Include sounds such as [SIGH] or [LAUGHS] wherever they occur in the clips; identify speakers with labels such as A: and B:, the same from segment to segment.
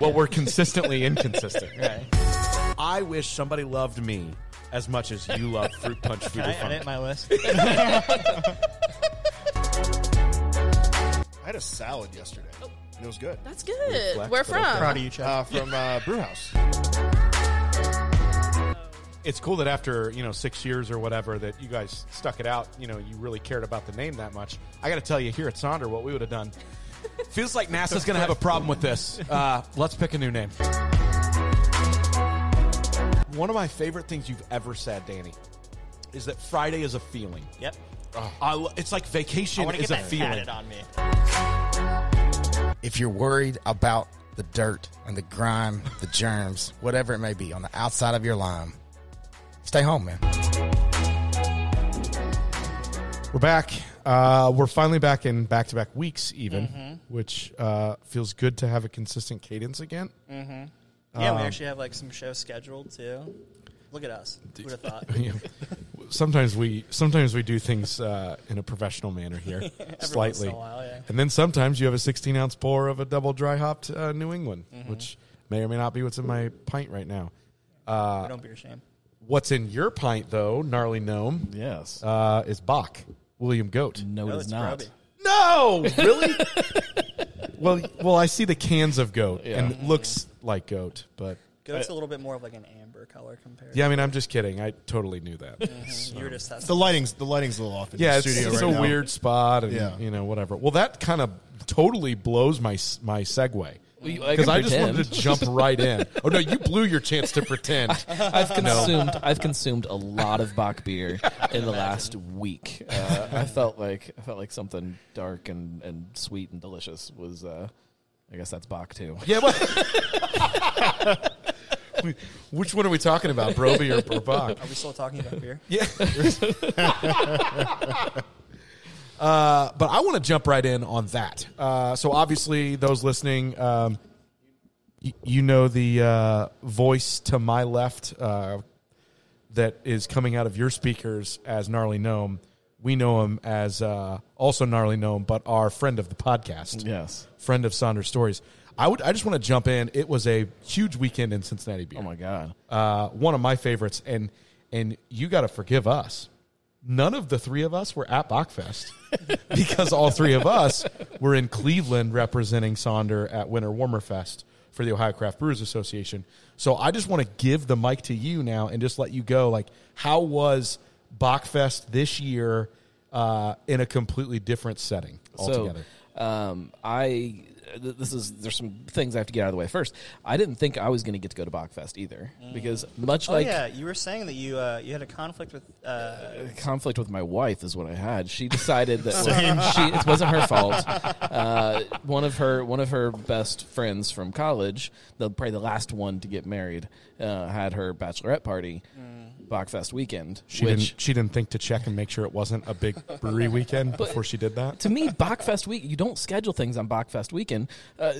A: but we're consistently inconsistent.
B: [LAUGHS]
C: I wish somebody loved me [LAUGHS] as much as you love fruit punch food.
D: Can [LAUGHS] I edit my
B: [LAUGHS]
D: list?
E: I had a salad yesterday. And it was good.
F: That's good.
C: Flex,
F: Where
C: but Oh. okay.
F: from?
D: Proud of you, Chad.
E: Uh, from uh, Brewhouse.
C: It's cool that after you know six years or whatever that you guys stuck it out. You know, you really cared about the name that much. I got to tell you, here at Sonder, what we would have
D: [LAUGHS]
C: done. Feels like NASA's going to have a problem with this. Uh, let's pick a new name. One of my favorite things you've ever said, Danny, is that Friday is a feeling.
D: yep.
C: I lo- it's like
D: Oh. I
C: vacation
D: want to
C: is
D: get
C: a
D: that
C: feeling.
D: tatted on me.
G: If you're worried about the dirt and the grime, the germs, whatever it may be on the outside of your lime, stay home, man.
C: We're back. Uh, we're finally back in back to back weeks, even,
D: Mm-hmm.
C: which uh, feels good to have a consistent cadence again.
D: Yeah,
B: Um,
D: we actually have like some shows scheduled too. Look at us. Who'd have
B: [LAUGHS]
D: thought?
C: [LAUGHS] Yeah. Sometimes we sometimes we do things uh, in a professional manner
D: [LAUGHS]
C: here,
D: once
C: slightly,
D: in a while, yeah.
C: and then sometimes you have a 16 ounce pour of a double dry hopped uh, New England,
D: Mm-hmm.
C: which may or may not be what's in my pint right now.
B: Uh,
D: We don't be ashamed.
C: What's in your pint, though, gnarly gnome,
B: Yes.
C: uh, is Bach William Goat.
B: no,
D: No,
B: it
D: Oh, it's
B: is not.
D: Robbie.
C: No, really? [LAUGHS] well, well, I see the cans of goat, and it looks like goat, but
B: Uh,
D: Goat's a little bit more of like an amber color compared.
C: yeah, I mean, I'm just kidding. I totally knew that.
D: You were just
E: The
D: testing.
E: lighting's the lighting's a little off in
C: yeah,
E: the
C: it's,
E: studio
C: it's
E: right
C: a
E: now.
C: weird spot, and
E: Yeah.
C: you know, whatever. Well, that kind of totally blows my s- my segue because I, just
B: [LAUGHS]
C: wanted to jump right in. Oh no, you blew your chance to pretend. [LAUGHS]
B: I've consumed. I've consumed a lot of Bach [LAUGHS] beer in the last [LAUGHS] week. Uh, I felt like I felt like something dark and, and sweet and delicious was. Uh, I guess that's Bach too.
C: yeah. [LAUGHS] what- Which one are we talking about, Broby or, or Bach?
D: Are we still talking about
B: [LAUGHS]
D: beer?
C: Uh, but I want to jump right in on that. Uh, so obviously, those listening, um, y- you know the uh, voice to my left uh, that is coming out of your speakers as gnarly gnome. We know him as uh, also gnarly gnome, but our friend of the podcast,
B: Yes.
C: friend of Saunders Stories. I would. I just want to jump in. It was a huge weekend in Cincinnati beer
B: Oh my god.
C: uh, one of my favorites, and and you got to forgive us. None of the three of us were at Bachfest [LAUGHS] because all three of us were in Cleveland representing Sonder at Winter Warmer Fest for the Ohio Craft Brewers Association. So I just want to give the mic to you now and just let you go. Like, how was Bachfest this year uh, in a completely different setting altogether?
B: So, um, I th- this is there's some things I have to get out of the way first. I didn't think I was going to get to go to Bachfest either
C: Mm.
B: because much
D: Oh
B: like
D: yeah, you were saying that you uh, you had a conflict with uh,
B: conflict with my wife is what I had.
C: [LAUGHS]
B: She decided that she, it wasn't her fault. Uh, one of her one of her best friends from college, the probably the last one to get married, uh, had her bachelorette party, Bachfest weekend.
C: she
B: which
C: didn't. She didn't think to check and make sure it wasn't a big brewery weekend
B: [LAUGHS]
C: before she did that.
B: to me, Bachfest week, you don't schedule things on Bachfest weekend. Uh,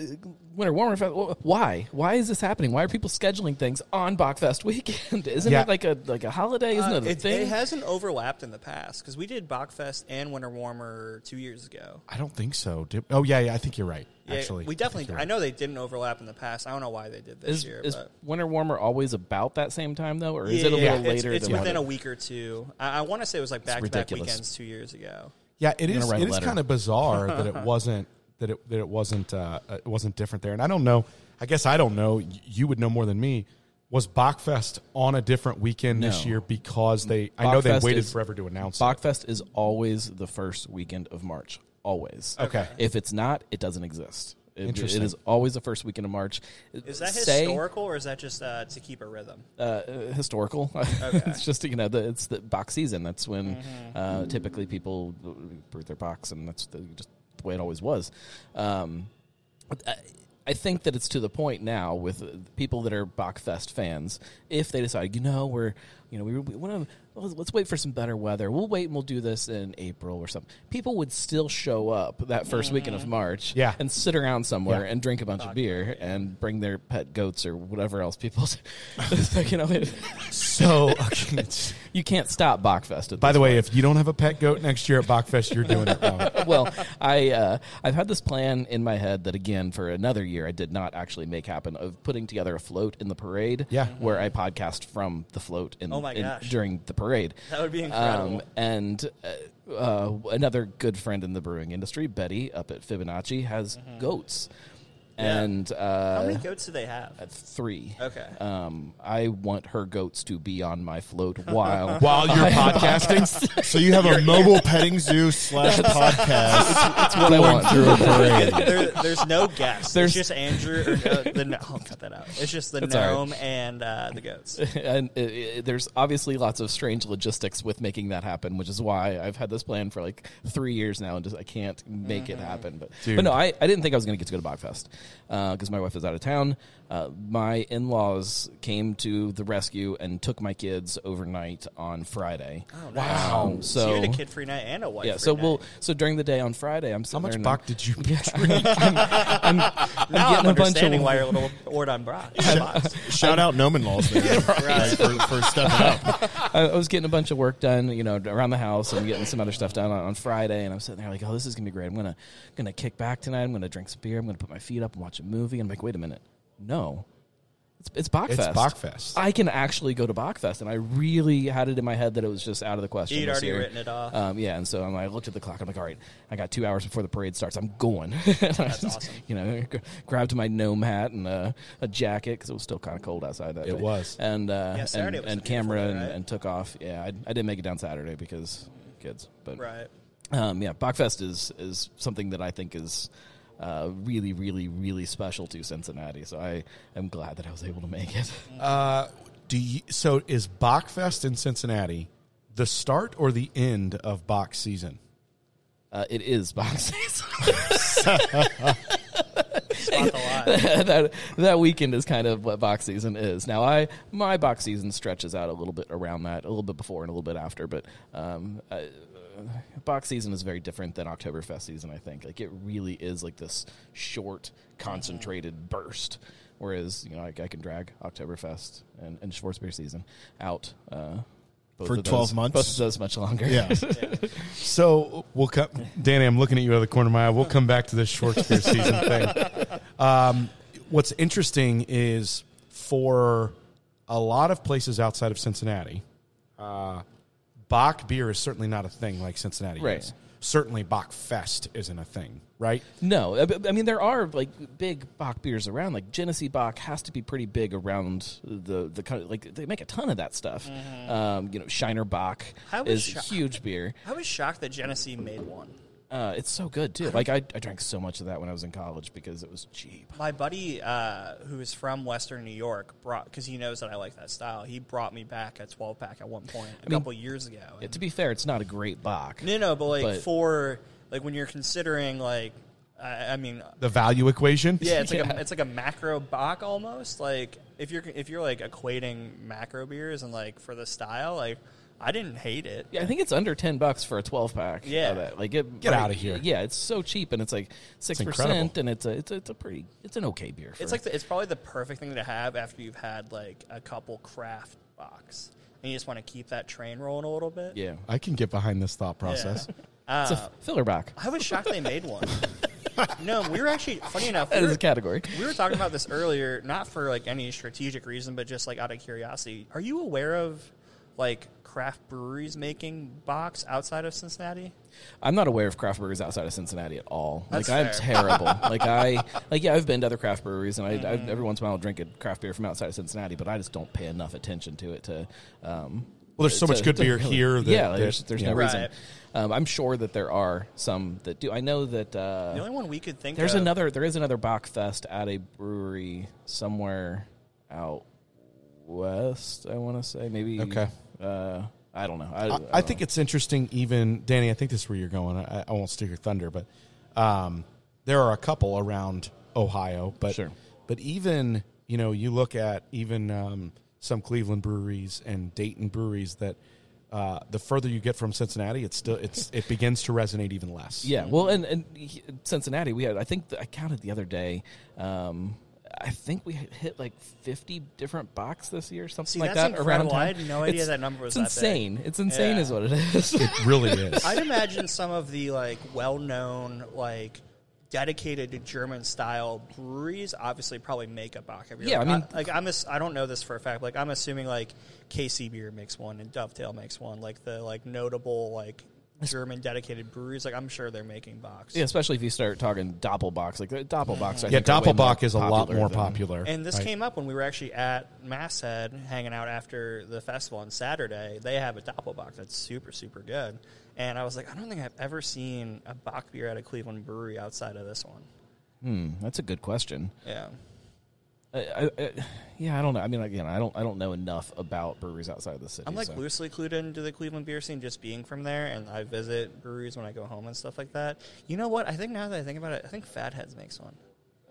B: Winter Warmer Fest, wh- why? Why is this happening? Why are people scheduling things on Bachfest weekend? [LAUGHS] Isn't
C: Yeah.
B: it like a like a holiday? Isn't Uh, it a
D: uh, it,
B: thing?
D: it hasn't overlapped in the past because we did Bachfest and Winter Warmer two years ago.
C: I don't think so. Did, oh yeah, yeah, I think you're right.
D: Yeah,
C: actually,
D: we
C: think
D: definitely.
C: you're
D: I
C: right.
D: know they didn't overlap in the past. I don't know why they did this
B: is,
D: year.
B: is
D: but
B: Winter Warmer always about that same time though, or is it a
D: Yeah,
B: little
D: it's-
B: later?
D: It's,
B: than
D: within
B: what-
D: a week or two. I, I want to say it was like back to back
B: ridiculous.
D: weekends two years ago.
C: Yeah, it
B: gonna
C: is.
B: write a
C: It is
B: letter.
C: kind of bizarre that
B: [LAUGHS]
C: it wasn't that it that it wasn't uh, it wasn't different there. And I don't know. I guess I don't know. Y- You would know more than me. Was Bachfest on a different weekend this
B: No.
C: year because they? I know they
B: Bachfest
C: waited
B: is-
C: forever to announce. it.
B: Bachfest is always the first weekend of March. Always.
C: Okay.
B: If it's not, it doesn't exist. It,
C: Interesting.
B: It is always the first weekend of March.
D: Is that
B: Say-
D: historical or is that just uh, to keep a rhythm?
B: uh, historical. [LAUGHS] it's just you know the, it's the box season. That's when uh, typically people brew their box, and that's the, just the way it always was. Um, I, I think that it's to the point now with uh, people that are Bachfest fans. If they decide, you know, we're you know we, we want to well, let's wait for some better weather. We'll wait and we'll do this in April or something. People would still show up that first weekend of March
C: Yeah.
B: and sit around somewhere and drink a bunch of beer and bring their pet goats or whatever else people [LAUGHS] so, you know, it- [LAUGHS]
C: So okay, it's-
B: you can't stop Bachfest at
C: by the way, if you don't have a pet goat next year at Bachfest, you're doing it wrong.
B: [LAUGHS] well, I uh, I've had this plan in my head that again for another year I did not actually make happen of putting together a float in the parade.
C: Yeah.
B: where I podcast from the float in,
D: Oh my
B: in-
D: gosh.
B: during the parade. Um,
D: That would be incredible.
B: and uh, uh, another good friend in the brewing industry, Betty up at Fibonacci, has goats,
D: Mm-hmm. Yeah.
B: and uh,
D: How many goats do they have?
B: three.
D: Okay.
B: Um, I want her goats to be on
D: [LAUGHS]
B: my float while
C: While
E: [LAUGHS]
C: you're podcasting,
E: So you have a mobile petting zoo slash
C: [LAUGHS]
E: podcast.
B: that's what I want. Through
D: there, there's no guess.
B: There's-
D: There's just Andrew or no, the no. I'll cut that out. It's just the
B: That's all right.
D: gnome and uh, the
B: [LAUGHS]
D: goats.
B: [LAUGHS] and uh, uh, there's obviously lots of strange logistics with making that happen, which is why I've had this plan for like three years now, and just I can't make
D: Mm-hmm.
B: it happen. But, but no, I, I didn't think I was going to get to go to Bogfest because my wife is out of town. Uh, my in laws came to the rescue and took my kids overnight on Friday.
D: Oh, wow.
B: Um,
D: So, you
B: so.
D: had a kid free night and a wife.
B: yeah,
D: free
B: so
D: night.
B: we'll so during the day on Friday, I'm
C: how
B: sitting there
C: much
B: and
C: Bach did you?
B: [LAUGHS] I'm,
D: now I'm
B: getting a bunch of
D: understanding why you're a
B: [LAUGHS]
D: little bored on Brock.
E: Shout out Noman Laws
C: [LAUGHS]
E: there right, for, for stepping up.
B: I, I was getting a bunch of work done, you know, around the house and getting some other stuff done on, on Friday. And I'm sitting there like, oh, this is gonna be great. I'm gonna gonna kick back tonight. I'm gonna drink some beer. I'm gonna put my feet up and watch a movie. And I'm like, wait a minute, no, it's it's Bachfest.
C: It's Bachfest.
B: I can actually go to Bachfest, and I really had it in my head that it was just out of the question.
D: You'd
B: this
D: already
B: year.
D: written it off.
B: Um, yeah, and so I'm, I looked at the clock. I'm like, all right, I got two hours before the parade starts. I'm going. [LAUGHS] That's
D: awesome.
B: You know, g- grabbed my gnome hat and uh, a jacket because it was still kind of cold outside that
C: It
B: day.
C: was.
B: and uh,
D: Yeah,
B: and,
D: Saturday was
B: and
D: a beautiful
B: camera
D: day,
B: and,
D: right?
B: and took off. Yeah, I, I didn't make it down Saturday because kids, but
D: right.
B: um, yeah, Bachfest is is something that I think is uh, really, really, really special to Cincinnati. So I am glad that I was able to make it.
C: Uh, do you, so is Bachfest in Cincinnati the start or the end of Bach season?
B: Uh, it is Bach season.
D: Spot the
B: [LAUGHS]
D: lie.
B: that that weekend is kind of what box season is. Now, I my box season stretches out a little bit around that, a little bit before and a little bit after. But um, uh, box season is very different than Oktoberfest season. I think like it really is like this short, concentrated burst. Whereas you know I, I can drag Oktoberfest and, and Schwarzbier season out uh, both
E: For
B: of those-
E: 12 months?
B: Both of those much longer.
E: Yeah.
C: So we'll come, Danny. I'm looking at you out of the corner of my eye. We'll come back to this Schwartzbeer season thing. Um, what's interesting is for a lot of places outside of Cincinnati, uh, Bach beer is certainly not a thing like Cincinnati
B: Right.
C: is. Certainly, Bach Fest isn't a thing, right?
B: No, I- I mean there are like big Bach beers around. Like Genesee Bach has to be pretty big around the the coun- like they make a ton of that stuff. Um, you know, Shiner Bach
D: Mm-hmm. How
B: is
D: is Shi-
B: huge beer.
D: I was shocked that Genesee made one.
B: Uh, it's so good too. Like I, I drank so much of that when I was in college because it was cheap.
D: My buddy, uh, who is from Western New York, brought because he knows that I like that style. He brought me back a 12 pack at one point a couple years ago.
B: Yeah,
D: and-
B: to be fair, it's not a great Bach.
D: no, no, but like
B: but-
D: for like when you're considering like, I, I mean,
C: The value equation.
D: yeah, it's like
B: [LAUGHS]
D: A, it's like a macro Bach almost. Like if you're if you're like equating macro beers and like for the style, like I didn't hate it.
B: Yeah, I think it's under ten bucks for a twelve pack. of
D: Yeah.
B: that. like it,
C: Get
B: like,
C: outta here.
B: Yeah, it's so cheap and it's like six percent,
C: incredible.
B: and it's a it's a, it's a pretty it's an okay beer. For
D: It's like the, it's probably the perfect thing to have after you've had like a couple craft box, and you just want to keep that train rolling a little bit. Um,
B: yeah,
C: I can get behind this thought process.
D: [LAUGHS]
B: it's a filler Bach.
D: I was shocked they made one. no, we were actually funny enough.
B: That
D: we
B: is
D: were-
B: a category.
D: we were talking about this earlier, not for like any strategic reason, but just like out of curiosity. Are you aware of like craft breweries making box outside of Cincinnati?
B: I'm not aware of craft breweries outside of Cincinnati at all.
D: That's
B: like I'm
D: fair. [LAUGHS]
B: terrible. like I like yeah, I've been to other craft breweries, and I,
D: Mm-hmm.
B: I every once in a while I'll drink a craft beer from outside of Cincinnati, but I just don't pay enough attention to it to. Um,
C: Well, there's so
B: to-
C: much good
B: to
C: beer
B: really-
C: here that-
B: yeah,
C: that-
B: there's, there's no
C: yeah.
B: reason.
D: Right.
B: Um, I'm sure that there are some that do. I know that uh,
D: The only one we could think
B: there's
D: of-
B: another there is another Bach Fest at a brewery somewhere out west. I want to say maybe
C: Okay.
B: Uh, I don't know. I, I
C: I,
B: don't
C: I
B: know.
C: think it's interesting, even Danny. I think this is where you're going. I, I won't steal your thunder, but um, there are a couple around Ohio. But
B: Sure.
C: but even you know, you look at even um, some Cleveland breweries and Dayton breweries that uh, the further you get from Cincinnati, it's still
B: [LAUGHS]
C: it's it begins to resonate even less.
B: Yeah,
D: Mm-hmm.
B: well, and and he- Cincinnati, we had I think th- I counted the other day. Um, I think we hit like fifty different box this year,
D: See,
B: something like
D: that's
B: that. Around
D: incredible.
B: town.
D: I had no idea that number was
B: it's
D: that big.
B: insane. It's insane,
D: Yeah.
B: is what it
D: [LAUGHS]
B: is.
C: It really
B: [LAUGHS]
C: is.
D: I'd imagine some of the like well-known like dedicated to German style breweries obviously probably make a Bach every
B: Yeah,
D: like,
B: I mean-
D: like I'm ass- I don't know this for a fact. Like I'm assuming like KC Beer makes one and Dovetail makes one. Like the like notable like German dedicated breweries. Like I'm sure they're making Bachs.
B: yeah, especially if you start talking Doppelbox, like uh, Doppelbox. I
C: Mm-hmm. yeah,
B: think are way more
C: Doppelbach is a lot more
B: than-
C: popular.
D: And this
C: right?
D: came up when we were actually at Masshead hanging out after the festival on Saturday. They have a Doppelbock that's super, super good. And I was like, I don't think I've ever seen a Bach beer at a Cleveland brewery outside of this one.
B: That's a good question.
D: Yeah.
B: I, I, I, yeah, I don't know. I mean, again, I don't I don't know enough about breweries outside of the city.
D: I'm like
B: so-
D: loosely clued into the Cleveland beer scene just being from there, and I visit breweries when I go home and stuff like that. You know what? I think now that I think about it, I think Fatheads makes one.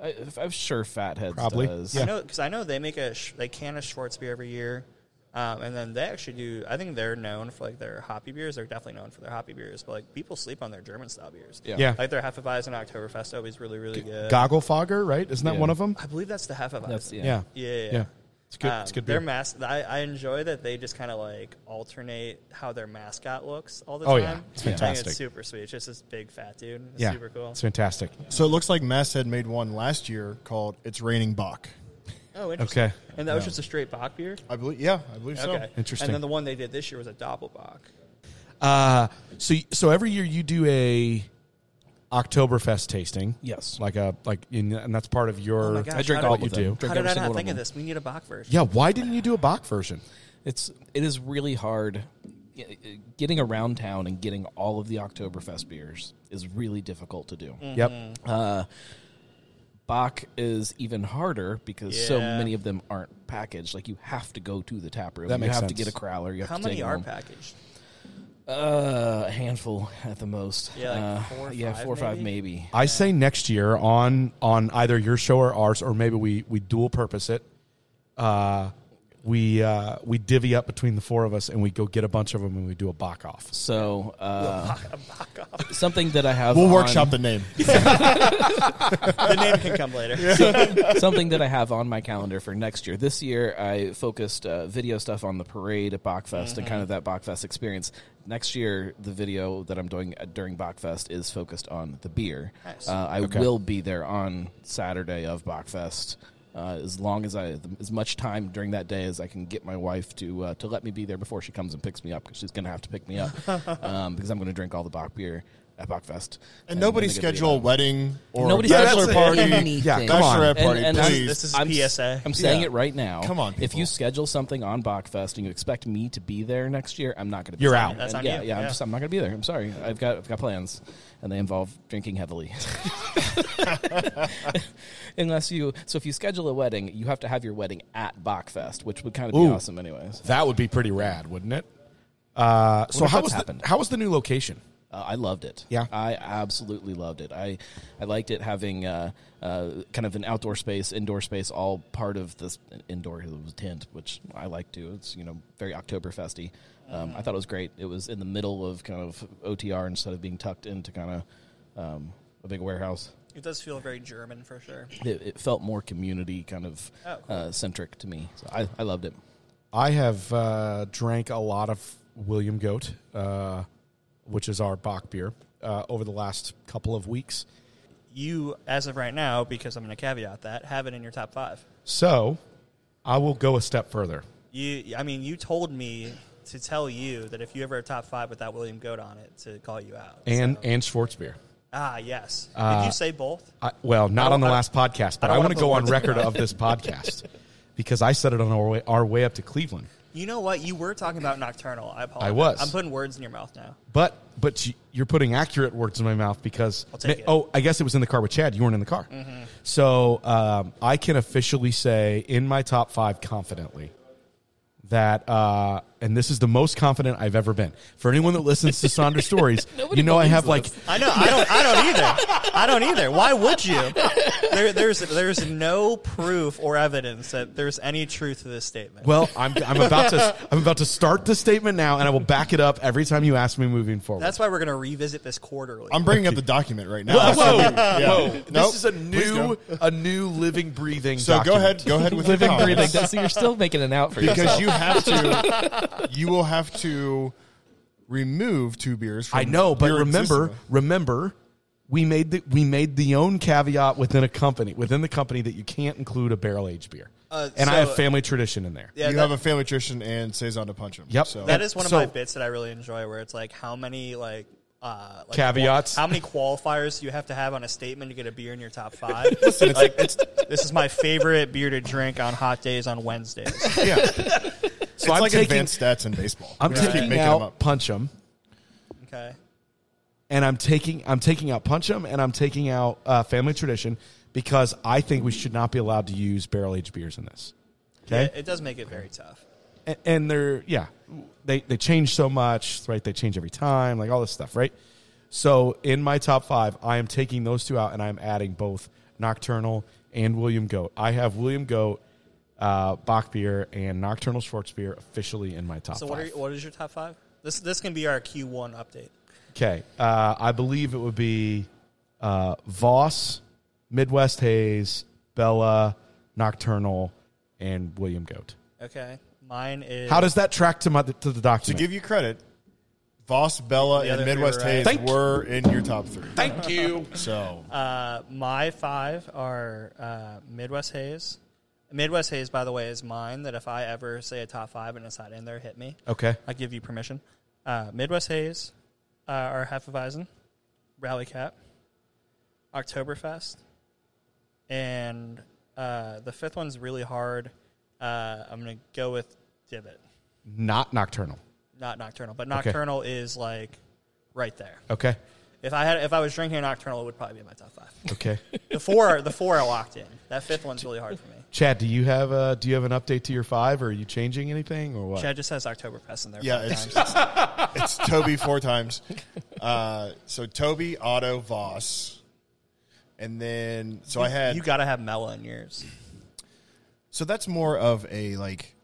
B: I, I'm sure Fatheads
C: Probably.
B: does.
C: Yeah.
D: I know because I know they make a sh- they can a Schwartz beer every year, um, and then they actually do. I think they're known for like their hoppy beers. They're definitely known for their hoppy beers, but like people sleep on their German style beers.
B: Yeah.
C: Yeah.
D: like their Hefeweizen and Oktoberfest always really really good.
C: Goggle Fogger, right? Isn't that
B: Yeah.
C: one of them?
D: I believe that's the Hefeweizen.
B: That's yeah.
C: Yeah.
D: yeah, yeah.
C: Yeah. It's good. it's
D: Um,
C: good
D: Their
C: beer.
D: mas- I, I enjoy that they just kind of like alternate how their mascot looks all the
C: Oh,
D: time.
C: yeah. It's
D: I think
C: fantastic.
D: it's super sweet. It's just this big fat dude. It's
C: yeah.
D: super cool.
C: It's fantastic.
E: So it looks like Mass had made one last year called "It's Raining Bach."
D: Oh, interesting.
C: Okay.
D: And that was just a straight Bach beer.
E: I believe, yeah, I believe so.
D: Okay,
C: Interesting.
D: And then the one they did this year was a Doppelbock.
C: Uh, so so every year you do a Oktoberfest tasting.
B: Yes.
C: Like a like in, and that's part of your
D: Oh my gosh,
B: I drink
D: how
B: all
C: did-
B: of
C: you
B: them.
C: do.
B: Drink
D: How did
B: every
D: I
B: single
D: not
B: one of
D: think of
B: them.
D: this? We need a Bach version.
C: Yeah, why didn't you do a Bach version?
B: It's it is really hard G- getting around town and getting all of the Oktoberfest beers is really difficult to do.
D: Mm.
C: Yep.
B: Uh, Bach is even harder because so
D: Yeah.
B: many of them aren't packaged. Like you have to go to the tap room.
C: That
B: you
C: makes
B: have to
C: sense.
B: get a crowler. You have
D: How
B: to take
D: many
B: it
D: are
B: home.
D: packaged?
B: Uh, a handful at the most.
D: Yeah, like
B: Uh,
D: four or
B: yeah,
D: five
B: four or five
D: maybe?
B: maybe.
C: I say next year on on either your show or ours, or maybe we we dual purpose it. Uh, we uh, we divvy up between the four of us, and we go get a bunch of them, and we do a Bach off.
B: So uh,
D: [LAUGHS]
B: something that I have
E: We'll
B: on-
E: workshop the name.
D: the name can come
C: [LAUGHS]
D: later.
B: [LAUGHS] something that I have on my calendar for next year. This year, I focused uh, video stuff on the parade at Bachfest and kind of that Bachfest experience. Next year, the video that I'm doing uh, during Bachfest is focused on the beer.
D: Nice.
B: Uh, I will be there on Saturday of Bachfest. Uh, as long as I, as much time during that day as I can get my wife to uh, to let me be there before she comes and picks me up because she's going to have to pick me up um, because I'm going to drink all the Bach beer at Bachfest.
E: And
B: then
E: nobody
B: they get to be
E: schedule a
B: allowed.
E: wedding or
B: Nobody
E: a bachelor
B: schedule
E: party.
B: anything.
C: Yeah, come on.
E: bachelorette party,
B: And- and that's-
E: please.
D: this is
B: I'm-
D: PSA.
B: I'm saying
E: Yeah.
B: it right now.
E: Come on,
B: If
E: people.
B: you schedule something on Bachfest and you expect me to be there next year, I'm not going to. be
C: You're
B: there.
C: out.
D: That's
B: And
D: on
B: yeah,
D: you.
B: yeah.
D: Yeah.
B: I'm, just, I'm not going to be there. I'm sorry. I've got I've got plans, and they involve drinking heavily. [LAUGHS] Unless you, so if you schedule a wedding, you have to have your wedding at Bachfest, which would kind of be
C: Ooh.
B: awesome, anyways.
C: That would be pretty rad, wouldn't it? Uh, so
B: if
C: how
B: that's
C: was the,
B: happened.
C: how was the new location?
B: Uh, I loved it.
C: Yeah.
B: I absolutely loved it. I, I liked it having uh, uh, kind of an outdoor space, indoor space, all part of this indoor tent, which I like too. It's you know very Oktoberfesty. Um, I thought it was great. It was in the middle of kind of OTR instead of being tucked into kind of um, a big warehouse.
D: It does feel very German for sure.
B: It, it felt more community kind of
D: Oh, cool.
B: uh, centric to me. So I, I loved it.
C: I have uh, drank a lot of William Goat, uh, which is our Bach beer, uh, over the last couple of weeks.
D: You, as of right now, because I'm going to caveat that, have it in your top five.
C: So I will go a step further.
D: You, I mean, you told me to tell you that if you ever have top five without William Goat on it, to call you out.
C: And Uh,
D: So-
C: and Schwartz beer.
D: ah, yes. Did you say both?
C: I, well, not on the
D: I-
C: last podcast, but
D: I
C: I,
D: don't
C: want to go
D: wanna put
C: on
D: words in your
C: record of this podcast because I said it on our way, our way up to Cleveland.
D: You know what? You were talking about Nocturnal. I apologize.
C: I was.
D: I'm putting words in your mouth now.
C: But but you- you're putting accurate words in my mouth because
D: I'll take it.
C: oh, I guess it Mm-hmm. was in the car with Chad. You weren't in the car, so um, I can officially say in my top five confidently that uh, and this is the most confident I've ever been. For anyone that listens to Sonder [LAUGHS] stories, you know I have like
D: I know. I don't. I don't either. I don't either. Why would you? There, there's there's no proof or evidence that there's any truth to this statement.
C: Well, I'm, I'm about to [LAUGHS] I'm about to start the statement now, and I will back it up every time you ask me moving forward.
D: that's why we're going to revisit this quarterly.
E: I'm bringing up the document right now.
C: whoa, whoa,
E: Yeah.
C: whoa.
E: Nope.
C: This is a
E: Please
C: new
E: go.
C: a new living breathing.
E: So go
C: document.
E: ahead. Go ahead with
B: living
E: your comments.
B: breathing. So you're still making an out for yourself.
E: because you
C: [LAUGHS]
E: have to. You will have to remove two beers. From
C: I know, but
E: your
C: remember,
E: existing-
C: remember, we made the we made the own caveat within a company within the company that you can't include a barrel aged beer,
D: Uh,
C: and I
D: so-
C: have family tradition in there.
D: yeah,
E: you
D: that-
E: have a family nutrition and saison to punch him.
C: Yep.
E: So
D: That is one of
C: So-
D: my bits that I really enjoy, where it's like how many like. Uh, like
C: Caveats.
D: how many qualifiers you have to have on a statement to get a beer in your top
C: [LAUGHS]
D: five?
E: it's-
D: like, this is my favorite beer to drink on hot days on Wednesdays.
E: yeah,
C: So
E: it's
C: I'm
E: like
C: taking
E: advanced stats in baseball.
C: I'm
E: We just keep
C: taking
E: making
C: out
E: them up.
C: punch 'em,
D: Okay,
C: and I'm taking I'm taking out punch 'em, and I'm taking out uh, family tradition because I think we should not be allowed to use barrel aged beers in this. Okay,
D: Yeah, it does make it very tough.
C: and, and they're yeah they they change so much right they change every time like all this stuff right so in my top five i am taking those two out and i'm adding both nocturnal and william goat i have william goat uh, Bach beer and nocturnal Schwartz beer officially in my top
D: So what
C: five.
D: are what is your top five? This this can be our Q1 update.
C: okay, uh, I believe it would be uh, Voss, Midwest Haze, Bella, Nocturnal, and William Goat.
D: Okay, mine is
C: How does that track to my to the
E: To
C: document?
E: give you credit, Voss, Bella,
D: The
E: and
D: other three
E: Midwest
D: were right.
E: Hayes
C: Thank-
E: were in your top three.
C: Thank you.
E: So
D: Uh, my five are uh, Midwest Haze. Midwest Haze, by the way, is mine. That if I ever say a top five and it's not in there, hit me.
C: Okay.
D: I give you permission. Uh, Midwest Haze, uh, our Hefeweizen, Rally Cat, Oktoberfest, and uh, the fifth one's really hard. Uh, I'm gonna go with Divot,
C: Not nocturnal.
D: not Nocturnal, but Nocturnal is like right there.
C: Okay.
D: If I had, if I was drinking a Nocturnal, it would probably be in my top five.
C: Okay.
D: The four, the four I locked in. That fifth one's really hard for me.
C: Chad, do you have a do you have an update to your five? Or are you changing anything or what?
D: Chad just has Oktoberfest in there.
E: yeah,
D: five
E: it's,
D: times.
E: it's, it's Toby four times. Uh, so Toby, Otto, Voss, and then so I had
D: you got to have Mela in yours.
E: So that's more of a like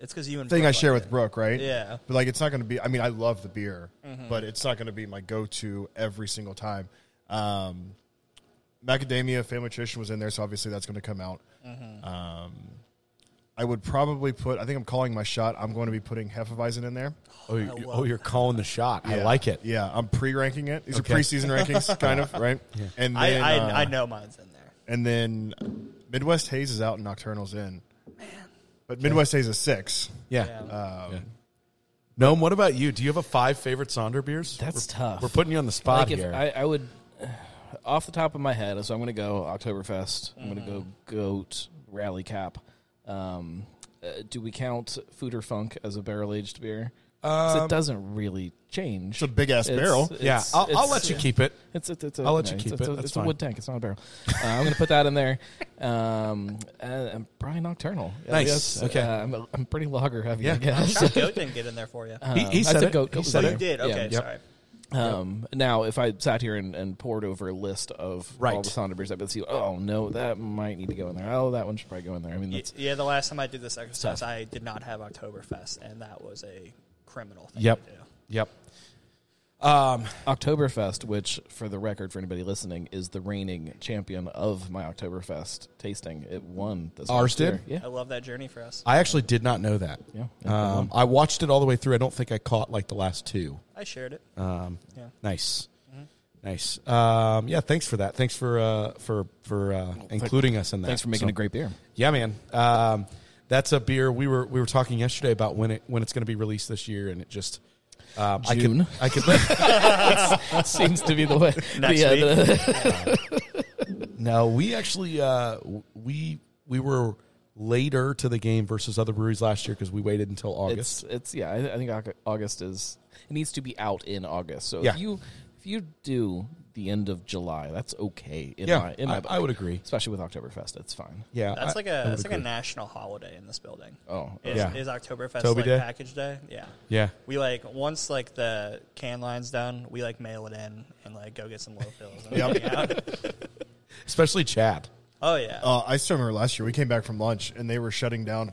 D: It's because you and
E: thing I
D: Brooke
E: share
D: like
E: with Brooke, right?
D: Yeah. Mm-hmm.
E: But like, it's not going to be. I mean, I love the beer, but it's not going to be my go-to every single time. Um, Macadamia Family Tradition was in there, so obviously that's going to come out.
D: Mm-hmm.
E: Um, I would probably put. I think I'm calling my shot. I'm going to be putting Hefeweizen in there.
C: oh,
B: uh,
C: you, oh, you're calling the shot. I
E: Yeah.
C: like it.
E: Yeah, I'm pre-ranking it. These
C: Okay.
E: are preseason rankings, kind of, right? And
D: it. I,
E: then,
D: I,
E: uh,
D: I know mine's in there.
E: And then Midwest Haze is out and Nocturnal's in. Man. But Midwest Haze is six.
C: Yeah. Um,
D: Yeah.
C: Noam, what about you? Do you have a five favorite Sonder beers?
B: That's
C: we're,
B: tough.
C: We're putting you on the spot
B: like if
C: here.
B: I, I would, [SIGHS] off the top of my head, so I'm going to go Oktoberfest. I'm going to go
C: Mm-hmm.
B: Goat Rally Cap. Um, uh, do we count Fooder Funk as a barrel aged beer? 'Cause
C: Um,
B: it doesn't really change. It's
E: a big-ass barrel.
C: yeah,
B: it's-
C: I'll, I'll
B: it's-
C: let you keep it.
B: It's, it's, it's a,
C: I'll let
B: no,
C: you
B: it's-
C: keep
B: it's
C: it.
B: a-
C: That's
B: it's a
C: fine.
B: wood tank. It's not a barrel. Uh, I'm going to put that in there. Um, uh, and probably Nocturnal. I
C: Nice.
B: guess.
C: Okay.
B: Uh, I'm, a, I'm pretty lager heavy, I
C: Yeah. [LAUGHS]
D: [LAUGHS]
B: guess.
D: Shot Goat didn't get in there for you.
B: Um,
C: He- he
B: I
C: said
B: said
C: it.
B: Goat-
C: He
B: Goat was
C: said
B: in
C: it.
D: You
B: there.
D: did.
B: Yeah.
D: Okay,
C: Yep.
D: sorry.
B: Um, Now, if I sat here and, and poured over a list of
C: Right.
B: all the Sonder beers, I would see, oh, no, that might need to go in there. Oh, that one should probably go in there. I mean,
D: Y-
B: that's.
D: Yeah, the last time I did this exercise, I did not have Oktoberfest, and that was a criminal thing
C: Yep.
D: to do.
C: Yep.
B: Oktoberfest, which, for the record, for anybody listening, is the reigning champion of my Oktoberfest tasting. It won this
C: Ours
B: last year.
C: did?
B: Yeah.
D: I love that journey for us.
C: I actually did not know that.
B: Yeah.
C: Um, I watched it all the way through. I don't think I caught like the last two.
D: I shared it.
C: Um,
D: Yeah. Mm-hmm.
C: Nice. Nice. Um, yeah, thanks for that. Thanks for uh, for for uh, including us in that.
B: Thanks for making
C: So-
B: a
C: [LAUGHS]
B: great beer.
C: Yeah, man. Um, that's a beer we were we were talking yesterday about when it when it's going to be released this year, and it just um,
B: June.
C: I could I could [LAUGHS]
B: Seems to be the way.
D: Next
B: the, uh,
D: week.
B: the-
C: no. We actually uh, we we were later to the game versus other breweries last year because we waited until August.
B: it's it's yeah. I, I think Au- August is it needs to be out in August. So
C: Yeah.
B: if you if you do the end of July. That's okay. In
C: Yeah,
B: my, in my
C: I-
B: book.
C: I would agree.
B: especially with Oktoberfest. It's fine.
C: Yeah,
D: That's
C: I-
D: like
C: I
D: a
C: would
D: that's like a
C: agree.
D: national holiday in this building.
B: Oh,
D: is,
C: yeah.
D: is Oktoberfest
C: Toby
D: like
C: Day?
D: package day? Yeah,
C: yeah.
D: We like once like the can line's done, we like mail it in and like go get some low fills. And [LAUGHS]
E: Yep.
D: hang out.
C: Especially Chad.
D: Oh yeah,
E: Uh, I still remember last year we came back from lunch and they were shutting down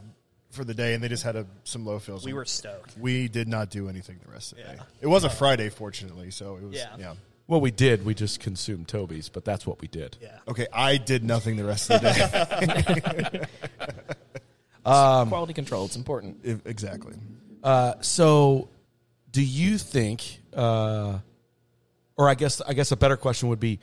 E: for the day and they just had a, some low fills.
D: we
E: And
D: were stoked.
E: we did not do anything the rest of the
D: Yeah.
E: day. It was a Friday, fortunately, so it was
D: Yeah.
E: yeah.
C: Well, we did. We just consumed Toby's, but that's what we did.
D: Yeah,
E: Okay, I did nothing the rest of the
D: [LAUGHS]
E: day.
B: quality control. It's important.
E: If- exactly.
C: So, do you think, uh, or I guess, I guess a better question would be,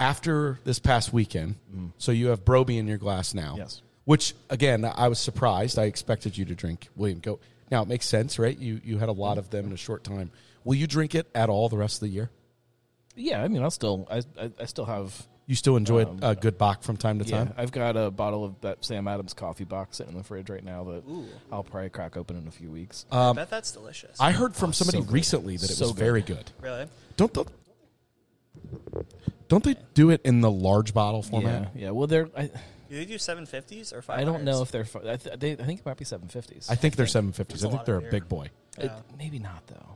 C: after this past weekend, so you have Broby in your glass now.
B: Mm-hmm. Yes.
C: Which again, I was surprised. I expected you to drink William Goat. Now it makes sense, right? You you had a lot of them in a short time. Will you drink it at all the rest of the year?
B: Yeah, I mean, I'll still I I, I still have.
C: You still enjoy a good Bach from time to
B: Um, Yeah,
C: time.
B: I've got a bottle of that Sam Adams coffee box sitting in the fridge right now that I'll probably crack open in a few weeks.
C: Uh,
D: I bet that's delicious.
C: I heard from somebody
B: so good.
C: recently that it
B: So
C: was
B: good.
C: very good.
D: really?
C: Don't the, don't they do it in the large bottle
B: yeah,
C: format?
B: yeah. Well, they're I,
D: Do they do seven fifties or five?
B: I don't know if they're fu- I, th- they, I think it might be seven fifties.
C: I think they're seven fifties. I
D: a lot
C: think
D: of
C: they're a
D: beer.
C: big boy.
B: It- maybe not though.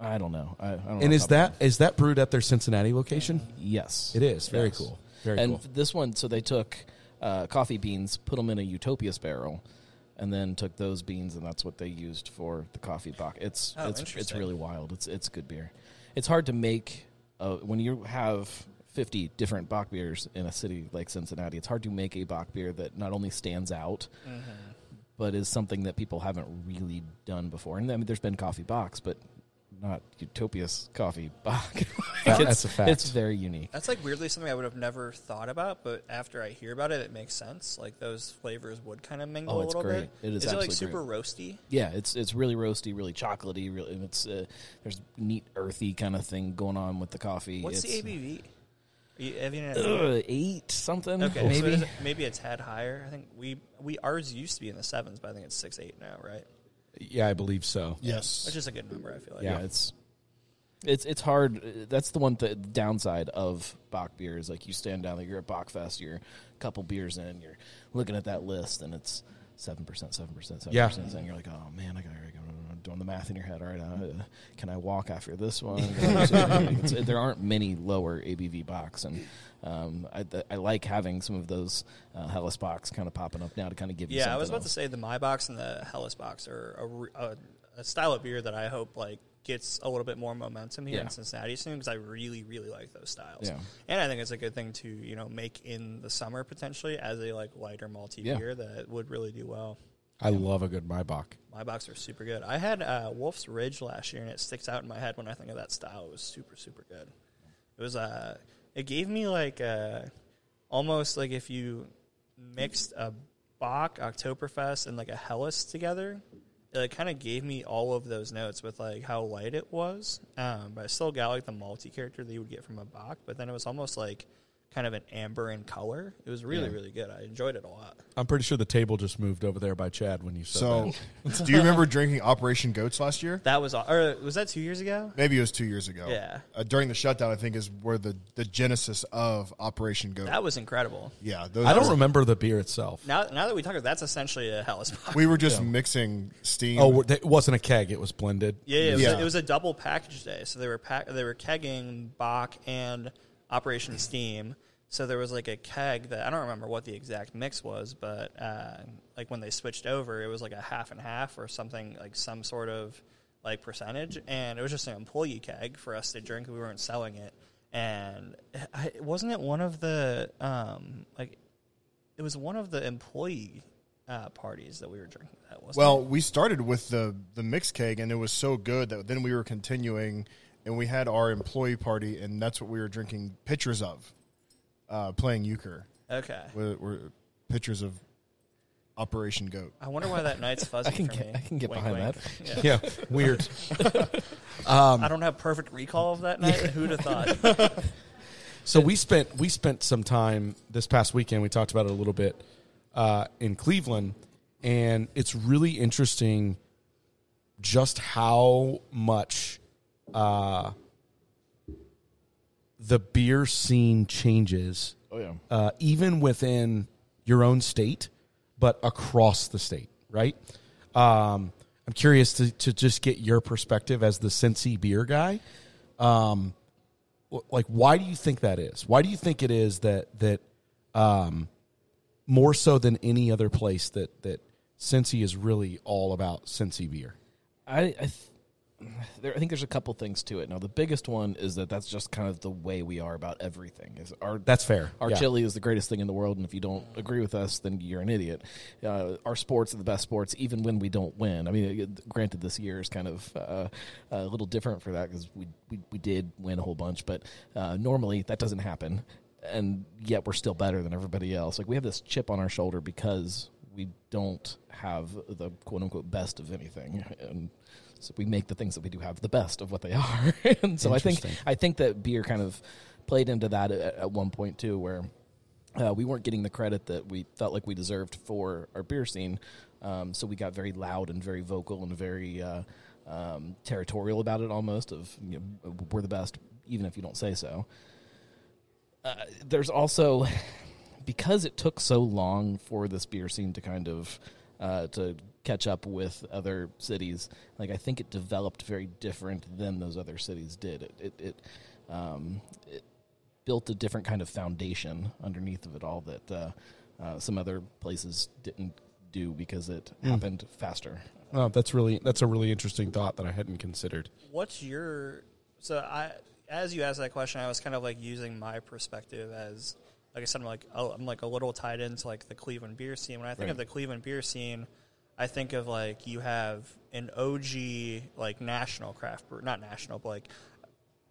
B: I don't know. I, I don't know
C: And is
B: about
C: that is that brewed at their Cincinnati location?
B: Yes,
C: It is very
B: Yes.
C: cool. Very
B: and
C: cool.
B: this one, so they took uh, coffee beans, put them in a Utopias barrel, and then took those beans, and that's what they used for the coffee box. It's
D: Oh,
B: it's it's
D: interesting.
B: really wild. It's it's good beer. It's hard to make uh, when you have. 50 different Bach beers in a city like Cincinnati. It's hard to make a Bach beer that not only stands out,
D: Mm-hmm.
B: but is something that people haven't really done before. And I mean, there's been coffee box, but not Utopias coffee box. [LAUGHS]
C: That-
B: It's-
C: that's a fact.
B: It's very unique.
D: That's like weirdly something I would have never thought about, but after I hear about it, it makes sense. Like those flavors would kind of mingle
B: Oh,
D: a
B: it's
D: little
B: great.
D: bit.
B: It is
D: it like
B: absolutely
D: super roasty?
B: Yeah, it's it's really roasty, really chocolatey. Really, and it's uh, there's neat earthy kind of thing going on with the coffee.
D: What's
B: it's,
D: the ABV? Are you- have you an idea?
B: uh, eight something?
D: Okay, so it
B: maybe.
D: is- maybe it's had higher. I think we we ours used to be in the sevens, but I think it's six eight now, right?
C: yeah, I believe so.
E: Yes.
D: Which is a good number. I feel like.
B: yeah, it's it's it's hard. Uh, That's the one th- downside of Bach beer is like you stand down there, you're at Bach Fest, you're a couple beers in, you're looking at that list, and it's seven percent, seven percent, seven
C: Yeah.
B: percent, and you're like, oh man, I got to go doing the math in your head. All right, uh, can I walk after
D: [LAUGHS]
B: this one? It's- there aren't many lower ABV Bachs, and um, I, th- I like having some of those uh, Hellas Bachs kind of popping up now to kind of give you.
D: Yeah, I was about
B: something
D: to
B: else.
D: say the My Box and the Hellas Box are a re- a, a, style of beer that I hope like gets a little bit more momentum here
B: Yeah.
D: in Cincinnati soon because I really really like those styles.
B: Yeah.
D: And I think it's a good thing to you know make in the summer potentially as a like lighter malty
B: Yeah.
D: beer that would really do well.
C: I love a good Maybach.
D: My box are super good. I had uh, Wolf's Ridge last year, and it sticks out in my head when I think of that style. It was super, super good. It was. Uh, it gave me like uh, almost like if you mixed a Bach Oktoberfest and like a Hellas together. It kind of gave me all of those notes with like how light it was, um, but I still got like the malty character that you would get from a Bach. But then it was almost like kind of an amber in color. It was really, really good. I enjoyed it a lot.
C: I'm pretty sure the table just moved over there by Chad when you said
E: So,
C: that.
E: do you remember drinking Operation Goats last year?
D: That was all. Or was that two years ago?
E: Maybe it was two years ago.
D: Yeah.
E: Uh, during the shutdown, I think is where the, the genesis of Operation Goat.
D: That was incredible.
E: yeah, those,
C: I don't remember the beer itself.
D: Now, now that we talk about that's essentially a Hellas box.
E: We were just mixing steam.
C: Oh, we're- it wasn't a keg; it was blended.
D: yeah, yeah, it was,
E: [LAUGHS] Yeah.
D: it was a double package day. So they were pack, they were kegging Bach and Operation Steam. So there was like a keg that I don't remember what the exact mix was, but uh, like when they switched over, it was like a half and half or something like some sort of like percentage, and it was just an employee keg for us to drink. We weren't selling it, and I, wasn't it one of the um, like it was one of the employee uh, parties that we were drinking that was
E: Well, we started with the the mix keg, and it was so good that then we were continuing, and we had our employee party, and that's what we were drinking pictures of, uh, playing euchre.
D: okay
E: Were, were pictures of Operation Goat.
D: I wonder why that night's fuzzy
B: can
D: for
B: get-
D: me.
B: [LAUGHS] I can get
D: Wink,
B: behind Um,
D: wink. Yeah.
C: Yeah, weird.
D: I don't have perfect recall of
B: [LAUGHS]
D: that night. Who'd have thought?
C: So we spent we spent some time this past weekend. We talked about it a little bit uh, in Cleveland, and it's really interesting just how much uh, the beer scene changes.
B: Oh, yeah.
C: uh, even within your own state, but across the state, right? Um, I'm curious to, to just get your perspective as the Cincy beer guy. Um, wh- like, why do you think that is? Why do you think it is that that um, more so than any other place that that Cincy is really all about Cincy beer?
B: I, I, th- [SIGHS] there, I think there's a couple things to it. Now, the biggest one is that that's just kind of the way we are about everything. Is our
C: That's fair.
B: Our
C: Yeah.
B: chili is the greatest thing in the world, and if you don't agree with us, then you're an idiot. Uh, our sports are the best sports, even when we don't win. I mean, it- granted, this year is kind of uh, a little different for that because we, we we did win a whole bunch, but uh, normally that doesn't happen, and yet we're still better than everybody else. Like we have this chip on our shoulder because we don't have the quote unquote best of anything, and so we make the things that we do have the best of what they [LAUGHS] are. and so I think I think that beer kind of played into that at, at one point too, where uh, we weren't getting the credit that we felt like we deserved for our beer scene. Um, so we got very loud and very vocal and very uh, um, territorial about it, almost of you know, we're the best, even if you don't say so there's also [LAUGHS] because it took so long for this beer scene to kind of uh, to catch up with other cities. Like I think it developed very different than those other cities did. It it, it, um, it built a different kind of foundation underneath of it all that uh, uh, some other places didn't do because it happened faster.
C: Oh, that's really that's a really interesting thought that I hadn't considered.
D: What's your so I as you asked that question, I was kind of like using my perspective as like I said, I'm like oh, I'm like a little tied into like the Cleveland beer scene. When I think of the Cleveland beer scene, I think of like you have an OG like national craft brewer, not national, but like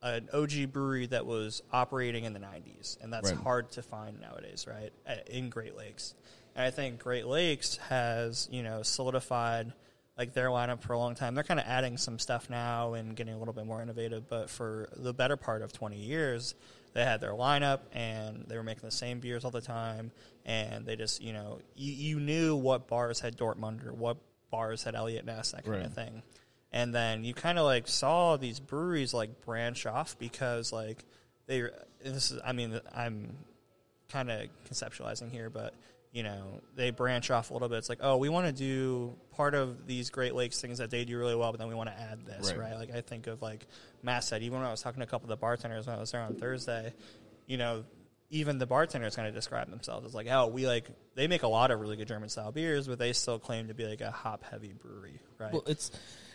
D: an OG brewery that was operating in the 90s, and that's
B: Right.
D: hard to find nowadays, right? uh, In Great Lakes, and I think Great Lakes has you know solidified like their lineup for a long time. They're kind of adding some stuff now and getting a little bit more innovative, but for the better part of 20 years, they had their lineup and they were making the same beers all the time, and they just you know you, you knew what bars had Dortmunder, what bars had Elliot Ness, that kind of thing and then you kind of like saw these breweries like branch off because like they and this is I mean I'm kind of conceptualizing here, but you know they branch off a little bit. It's like oh we want to do part of these Great Lakes things that they do really well, but then we want to add this right. Like I think of like Mass said, even when I was talking to a couple of the bartenders when I was there on Thursday, you know. Even the bartenders kind of describe themselves as like, oh, we like they make a lot of really good German style beers, but they still claim to be like a hop heavy brewery, right?
B: Well, it's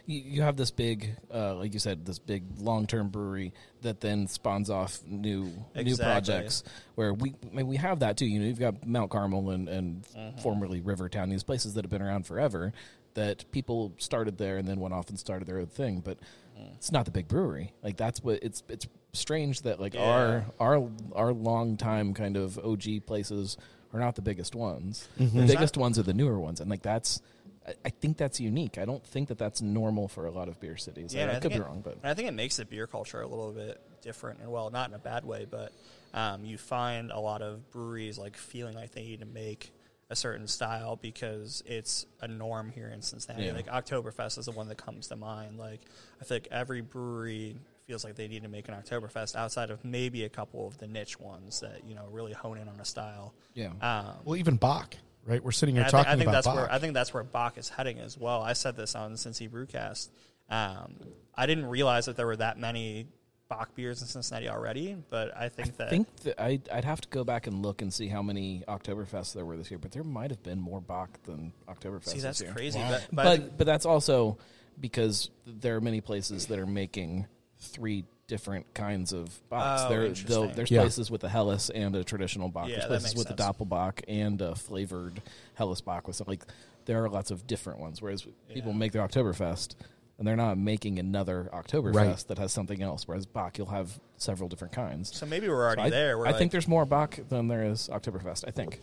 B: you, you have this big, uh, like you said, this big long term brewery that then spawns off new new
D: Exactly.
B: projects. Where we I mean, we have that too. You know, you've got Mount Carmel and, and
D: Mm-hmm.
B: formerly Rivertown, these places that have been around forever. That people started there and then went off and started their own thing, but
D: Mm.
B: it's not the big brewery. Like that's what it's it's strange that like our our our long time kind of OG places are not the biggest ones. The biggest ones are the newer ones, and like that's I, I think that's unique. I don't think that that's normal for a lot of beer cities. I, I
D: and
B: could be
D: think it-
B: wrong, but
D: and I think it makes the beer culture a little bit different, and well, not in a bad way, but um, you find a lot of breweries like feeling like they need to make a certain style because it's a norm here in Cincinnati.
B: Yeah.
D: Like Oktoberfest is the one that comes to mind. Like I feel like every brewery feels like they need to make an Oktoberfest outside of maybe a couple of the niche ones that you know really hone in on a style.
B: yeah,
D: Um,
C: Well, even Bach, right? We're sitting here
D: I think,
C: talking
D: I think
C: about
D: that's
C: Bach.
D: where I think that's where Bach is heading as well. I said this on Cincy Brewcast. Um, I didn't realize that there were that many Bach beers in Cincinnati already, but I think that
B: I think that I I'd have to go back and look and see how many Oktoberfests there were this year, but there might have been more Bach than Oktoberfest.
D: see
B: this
D: that's
B: year.
D: crazy. But, but, I think-
B: but but that's also because there are many places that are making three different kinds of box.
D: Oh,
B: there,
D: interesting.
B: though, there's
C: Yeah.
B: places with a Helles and a traditional box.
D: Yeah,
B: there's
D: that
B: places
D: makes
B: with
D: sense.
B: a Doppelbock and a flavored Helles Bock with something. Like there are lots of different ones. Whereas people make their Oktoberfest and they're not making another Oktoberfest
C: Right.
B: that has something else. Whereas Bach, you'll have several different kinds.
D: so maybe we're already
B: I,
D: there. We're
B: I
D: like,
B: think there's more Bach than there is Oktoberfest. I think.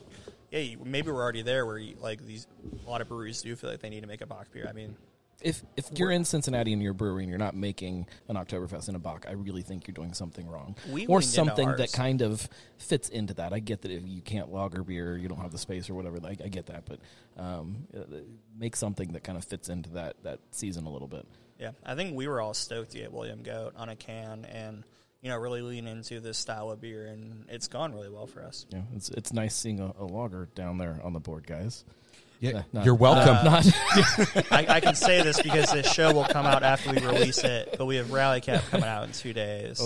D: yeah, you- maybe we're already there where you, like these a lot of breweries do feel like they need to make a Bach beer. I mean,
B: if if you're in Cincinnati and you're a brewery and you're not making an Oktoberfest in a Bach, I really think you're doing something wrong,
D: We
B: or
D: leaned into
B: something
D: ours.
B: that kind of fits into that. I get that if you can't lager beer, you don't have the space or whatever. Like I get that, but um, uh, make something that kind of fits into that that season a little bit.
D: Yeah, I think we were all stoked to get William Goat on a can, and you know, really lean into this style of beer, and it's gone really well for us.
B: Yeah, it's it's nice seeing a, a logger down there on the board, guys.
C: Yeah,
B: not-
C: you're welcome.
B: [LAUGHS] Not
D: I, I can say this because this show will come out after we release it, but we have Rally Cap coming out in two days.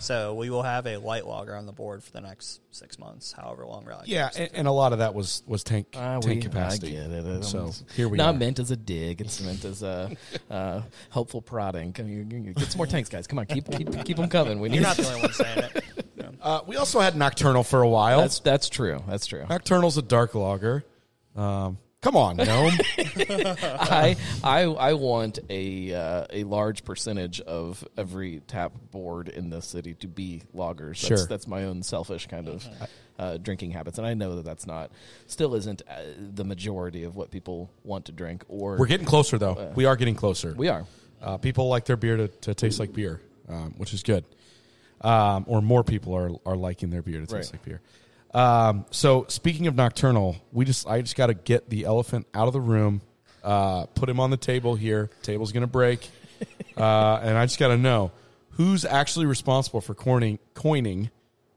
D: So we will have a light logger on the board for the next six months, however long Rally
C: yeah,
D: Cap's.
C: and, and a lot of that was was tank
B: Ah,
C: tank
B: we-
C: capacity.
B: I get it. It
C: So
B: almost-
C: here we
B: not
C: are.
B: meant as a dig. It's meant
C: [LAUGHS]
B: as a uh, helpful prodding. Come, you, you- get some more tanks, guys. Come on, keep keep, keep them coming. We need.
D: You're not the only one saying it. Yeah.
C: Uh, we also had Nocturnal for a while.
B: that's that's true. That's true.
C: Nocturnal's a dark lager. Um, come
B: [LAUGHS]
C: on, gnome.
B: I I I want a uh, a large percentage of every tap board in this city to be loggers. That's,
C: Sure.
B: that's my own selfish kind of uh, drinking habits, and I know that that's not still isn't uh, the majority of what people want to drink. Or
C: We're getting closer though. we are getting closer.
B: we are.
C: Uh, people like their beer to, to taste like beer, um, which is good. Um, or more people are are liking their beer to taste
B: Right.
C: like beer. Um, so speaking of nocturnal, we just I just got to get the elephant out of the room, uh, put him on the table here. Table's gonna break,
B: [LAUGHS]
C: uh, and I just got to know who's actually responsible for coining coining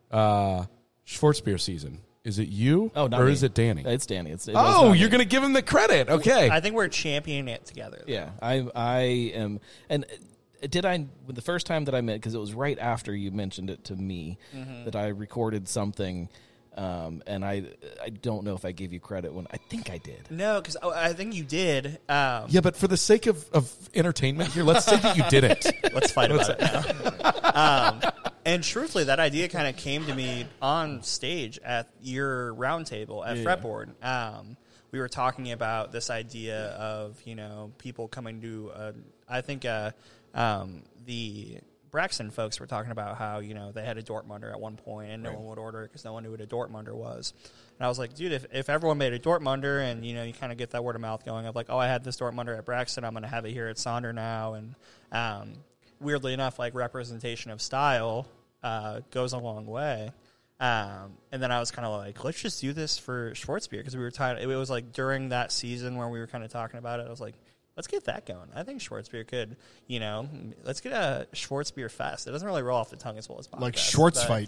C: uh, Schwarzbier season. Is it you?
B: Oh, not
C: or
B: me.
C: is it Danny?
B: It's Danny. It's, it was
C: oh,
B: not
C: you're
B: me.
C: gonna give him the credit. Okay,
D: I think we're championing it together. though.
B: Yeah, I I am. And uh, did I the first time that I met because it was right after you mentioned it to me that I recorded something, um, and I I don't know if I gave you credit when I think I did.
D: No, because I I think you did. Um,
C: Yeah, but for the sake of, of entertainment here, let's say that you did it.
D: Let's fight about it now. um, and truthfully, that idea kind of came to me on stage at your roundtable at Fretboard. Um, we were talking about this idea of you know people coming to. Uh, I think uh, um, the Braxton folks were talking about how you know they had a Dortmunder at one point and no one would order it because no one knew what a Dortmunder was. And I was like, dude, if, if everyone made a Dortmunder and you know you kind of get that word of mouth going of like, oh, I had this Dortmunder at Braxton, I'm going to have it here at Sonder now, and um, weirdly enough, like representation of style uh, goes a long way. Um, and then I was kind of like, let's just do this for Schwarzbier because we were tired. It was like during that season where we were kind of talking about it. I was like, let's get that going. I think Schwarzbier could, you know, let's get a Schwarzbier fest. It doesn't really roll off the tongue as well as Bock
E: Like
D: Fest,
E: Schwartz
D: but-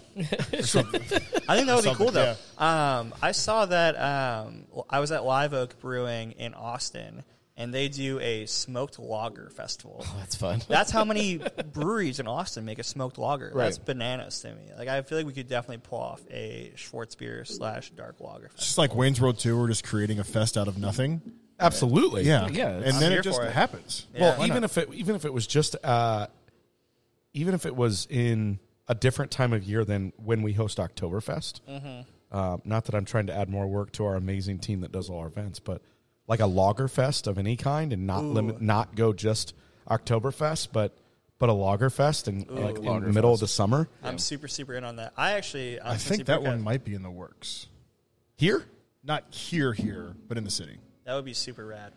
D: [LAUGHS]
E: fight.
D: I think that would be
E: something,
D: cool though. Um, I saw that um, I was at Live Oak Brewing in Austin, and they do a smoked lager festival.
B: That's fun.
D: [LAUGHS] That's how many breweries in Austin make a smoked lager. That's
B: Right.
D: bananas to me. Like I feel like we could definitely pull off a Schwartz beer slash dark lager.
E: It's
D: Fest.
E: just like Wayne's World 2, we're just creating a fest out of nothing.
C: [LAUGHS] Absolutely.
E: Yeah.
B: Yeah, it's-
E: And then
D: here
E: it just
D: for it.
E: happens.
C: Well, even if it even if it was just uh, even if it was in a different time of year than when we host Oktoberfest. Uh, not that I'm trying to add more work to our amazing team that does all our events, but like a lager fest of any kind, and not limit, not go just Oktoberfest, but but a lager fest and like in the middle of the summer
D: I'm super super in on that. I actually I'm
E: I think that one might be in the works.
C: here.
E: Not here, here, but in the city.
D: that would be super rad.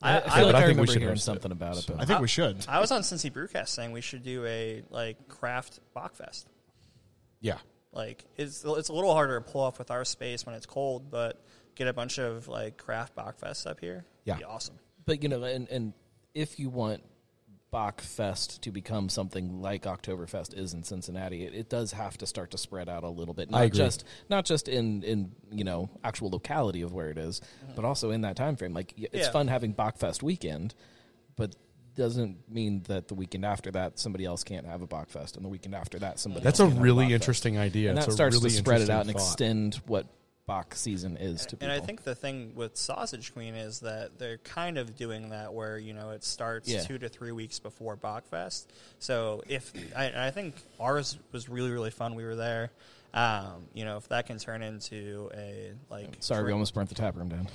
B: I,
C: Yeah,
B: feel
C: but
B: like
C: I
B: I,
C: think we
B: remember
C: should
B: hearing
C: host it.
B: something about it.
E: I
B: But
E: think we should.
D: I was on Cincy Brewcast saying we should do a like craft Bockfest.
C: Yeah,
D: Like it's it's a little harder to pull off with our space when it's cold, but get a bunch of like craft Bockfests up here.
C: Yeah.
D: be awesome.
B: but you know, and and if you want Bachfest to become something like Oktoberfest is in Cincinnati, it, it does have to start to spread out a little bit. Not
C: I agree.
B: just not just in in you know actual locality of where it is, but also in that time frame. Like y- it's
D: Mm-hmm. Yeah.
B: fun having Bachfest weekend, but doesn't mean that the weekend after that somebody else can't have a Bachfest, and the weekend after that somebody
C: that's a
B: else can't have
C: really
B: Bachfest.
C: interesting idea.
B: And
C: It's
B: that
C: a
B: starts
C: really
B: to spread it out and
C: interesting thought.
B: extend what Bach season is to people.
D: And I think the thing with Sausage Queen is that they're kind of doing that where, you know, it starts
B: Yeah.
D: two to three weeks before Bachfest. So if, I, and I think ours was really, really fun. We were there. Um, you know, if that can turn into a, like,
B: Sorry, we
D: drink-
B: almost burnt the tap room down.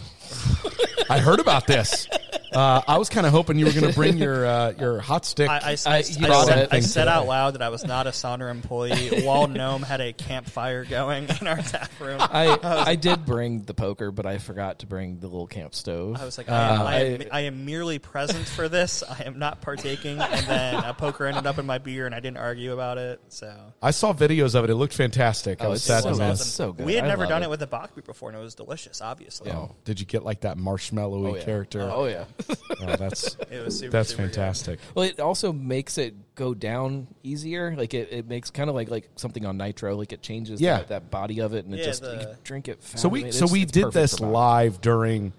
C: I heard about this. Uh, I was kind of hoping you were going to bring your uh, your hot stick.
D: I, I, I,
B: I-
D: I
B: you brought
D: said,
B: that
D: I
B: thing
D: said
B: today.
D: out loud that I was not a Sonder employee while Gnome had a campfire going in our tap
B: [LAUGHS]
D: room. [LAUGHS] I, "Ah."
B: I I did bring the poker, but I forgot to bring the little camp stove.
D: was like,
C: Uh,
D: I am, I, am,
B: I-
D: I am merely present for this. I am not partaking. And then a poker ended up in my beer, and I didn't argue about it. So
C: I saw videos of it. It looked fantastic. I
B: Oh,
C: was
B: it's
C: sad
B: so
C: to
B: awesome.
C: miss.
B: so good.
D: We had
B: I
D: never
B: love
D: done
B: it.
D: it with a Bach beer before, and it was delicious, obviously.
C: Oh, did you get like that marshmallowy
B: yeah.
D: "Ah."
C: character?
B: Oh yeah,
C: Oh, that's
D: It was super.
C: that's
D: super good.
C: fantastic.
B: Well, it also makes it go down easier. Like it, it makes kind of like like something on nitro. Like it changes
C: Yeah.
B: that, that body of it, and it
D: Yeah,
B: just
D: the-
B: you can drink it. Fast.
C: So we so we did this
B: live.
C: live during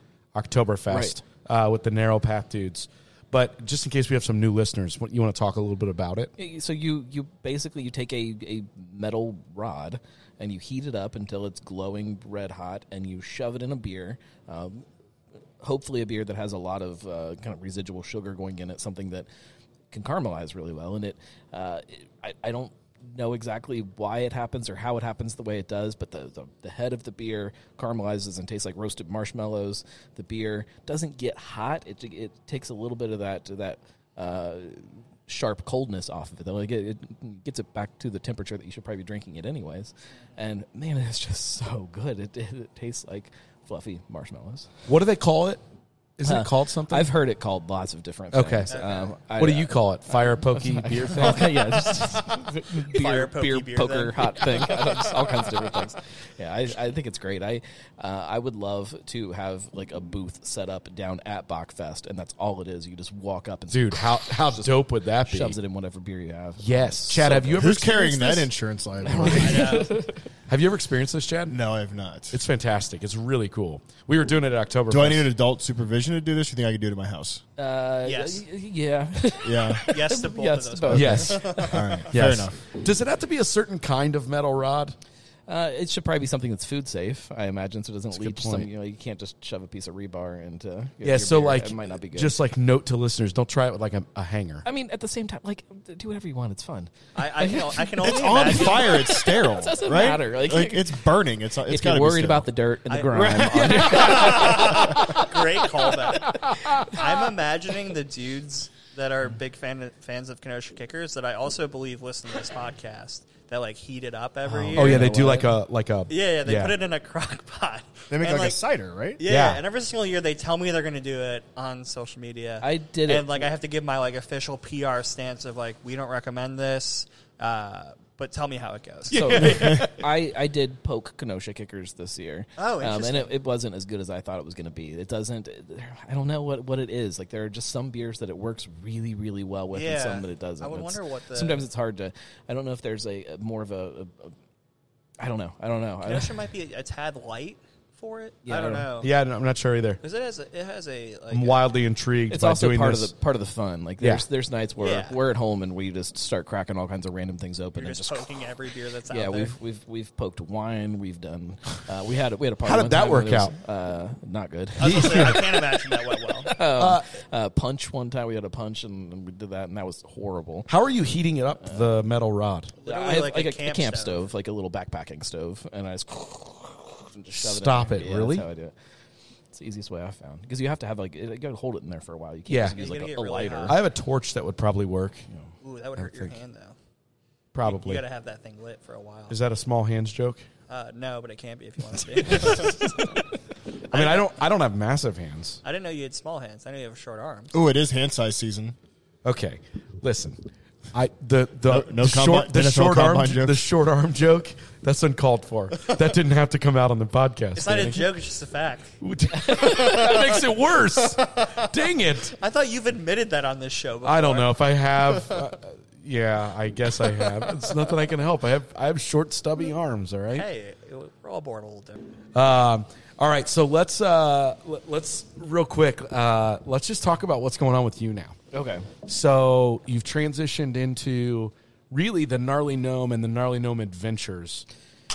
C: Oktoberfest uh, with the Narrow Path dudes. But just in case we have some new listeners, what, you want to talk a little bit about it?
B: So you you basically you take a a metal rod and you heat it up until it's glowing red hot, and you shove it in a beer. Um, hopefully, a beer that has a lot of uh, kind of residual sugar going in it, something that can caramelize really well. And it, uh, it I, I don't know exactly why it happens or how it happens the way it does, but the, the, the head of the beer caramelizes and tastes like roasted marshmallows. The beer doesn't get hot; it it takes a little bit of that that. Uh, sharp coldness off of it though like it, it gets it back to the temperature that you should probably be drinking it anyways and man it's just so good it, it, tastes like fluffy marshmallows
C: What do they call it? Isn't
B: Uh,
C: it called something?
B: i've heard it called lots of different
C: Okay.
B: things um, I-
C: what do you call it?
B: [LAUGHS]
C: Fire pokey beer thing? [LAUGHS]
B: Okay, yeah, just [LAUGHS] beer,
D: Fire pokey
B: beer,
D: beer
B: poker,
D: then.
B: hot thing, Just all kinds of different things.
D: [LAUGHS]
B: Yeah, I, I think it's great. I uh, I would love to have like a booth set up down at Bachfest, and that's all it is. You just walk up and [LAUGHS]
C: Dude, how how dope would that be?
B: shoves it in whatever beer you have.
C: Yes, Chad. have you ever
E: Who's carrying
C: experienced
E: that
C: this?
E: insurance [LAUGHS] liability?
C: Have you ever experienced this, Chad?
E: no, I have not.
C: It's fantastic. It's really cool. We were doing it at October.
E: do I need an adult supervision to do this? You think I could do it at my house?
B: Uh,
D: Yes.
B: y- y- yeah, [LAUGHS]
E: Yeah.
D: Yes to both
B: yes,
D: of those.
B: both.
C: Yes.
E: All right. Fair
C: yes.
E: enough.
C: Does it have to be a certain kind of metal rod?
B: Uh, it should probably be something that's food safe, I imagine, so it doesn't
C: a good
B: leach some.
C: point.
B: You know, you can't just shove a piece of rebar into. your-
C: Yeah.
B: your
C: so
B: beer.
C: like,
B: it might not be good.
C: just like note to listeners, don't try it with like a, a hanger.
B: I mean, at the same time, like, do whatever you want. It's fun.
D: I, I can. I can only
E: It's on
D: imagine-
E: fire.
B: [LAUGHS]
E: It's sterile.
B: doesn't
E: right?
B: matter, like-
E: it's burning. It's it's
B: if you're
E: got
B: worried about the dirt and the
D: I-
B: grime,
D: [LAUGHS]
C: [LAUGHS]
D: Great callback. I'm imagining the dudes that are big fan, fans of Kenosha Kickers that I also believe listen to this podcast that like heat it up every year.
C: oh yeah, they do like a like a
D: Yeah, yeah, they put it in a [LAUGHS] crock pot.
E: They make
D: And,
E: like, a cider, right?
D: Yeah,
C: Yeah.
D: and every single year they tell me they're going to do it on social media.
B: I did
D: and
B: it.
D: like I have to give my like official PR stance of like we don't recommend this, uh, but tell me how it goes.
B: So I, I did poke Kenosha kickers this year. Um,
D: Oh,
B: and
D: interesting.
B: it, it wasn't as good as I thought it was going to be. It doesn't. I don't know what, what it is. Like there are just some beers that it works really really well with, and
D: Yeah.
B: some that it doesn't.
D: I would
B: It's-
D: wonder what the-
B: Sometimes it's hard to. I don't know if there's a, a more of a, a, a. I don't know. I don't know. I don't-
D: Kenosha might be a, a tad light for it.
B: Yeah,
D: I don't
B: I
D: know.
C: Yeah, no, I'm not sure either.
D: because it has a, it has a like
C: I'm
D: a-
C: wildly intrigued
B: it's
C: by
B: also
C: doing
B: part
C: this.
B: of the part of the fun. Like
C: Yeah.
B: there's there's nights where
D: Yeah.
B: we're at home and we just start cracking all kinds of random things open
D: You're
B: and
D: just
B: just
D: poking every beer that's out
B: yeah,
D: there.
B: we've we've we've poked wine. We've done. Uh, we had we had a party.
C: How did
B: one
C: that
B: time where
C: work
B: there was, Uh, not good. [LAUGHS]
D: I,
C: [LAUGHS]
D: was gonna say, I can't imagine that went well.
B: uh, punch one time. We had a punch and, and we did that, and that was horrible.
C: How are you heating it up the metal rod?
D: Literally
B: I have
D: like
B: like,
D: a
B: a,
D: camp
B: a camp stove. like a little backpacking stove, and I just, [LAUGHS] and just shove it. in
C: Stop
B: there.
C: it,
B: Yeah, that's
C: really?
B: how I do it. It's the easiest way I found because you have to have like it- you got to hold it in there for a while. You can't
C: Yeah.
B: just
C: Yeah,
B: use
D: you
B: like
D: gotta
B: a,
D: get
B: a
D: really
B: lighter.
D: hot.
C: I have a torch that would probably work.
D: Ooh, that would hurt your
C: think-
D: hand though. You
C: Probably.
D: got to have that thing lit for a while.
C: Is that a small hands joke?
D: Uh, no, but it can't be
C: [LAUGHS]
D: if you want to be.
C: I mean, I don't. I don't have massive hands.
D: [LAUGHS] I didn't know you had small hands. I know you have short arms.
E: Oh, it is hand size season.
C: Okay, listen. I the the,
E: No- no
C: the
E: combine-
C: short the
E: NFL
C: short arm
E: combine joke.
C: the short arm joke that's uncalled for. That didn't have to come out on the podcast.
D: It's not a
C: Danny.
D: joke. It's just a fact.
C: [LAUGHS] that makes it worse. Dang it!
D: I thought you've admitted that on this show. Before.
C: I don't know if I have. Uh, yeah, I guess I have. It's nothing I can help. I have I have short stubby arms. All right.
D: Hey, we're all born a little different.
C: Um, all right. So let's uh, l- let's real quick. Uh, let's just talk about what's going on with you now.
B: Okay.
C: So you've transitioned into really the gnarly gnome and the gnarly gnome adventures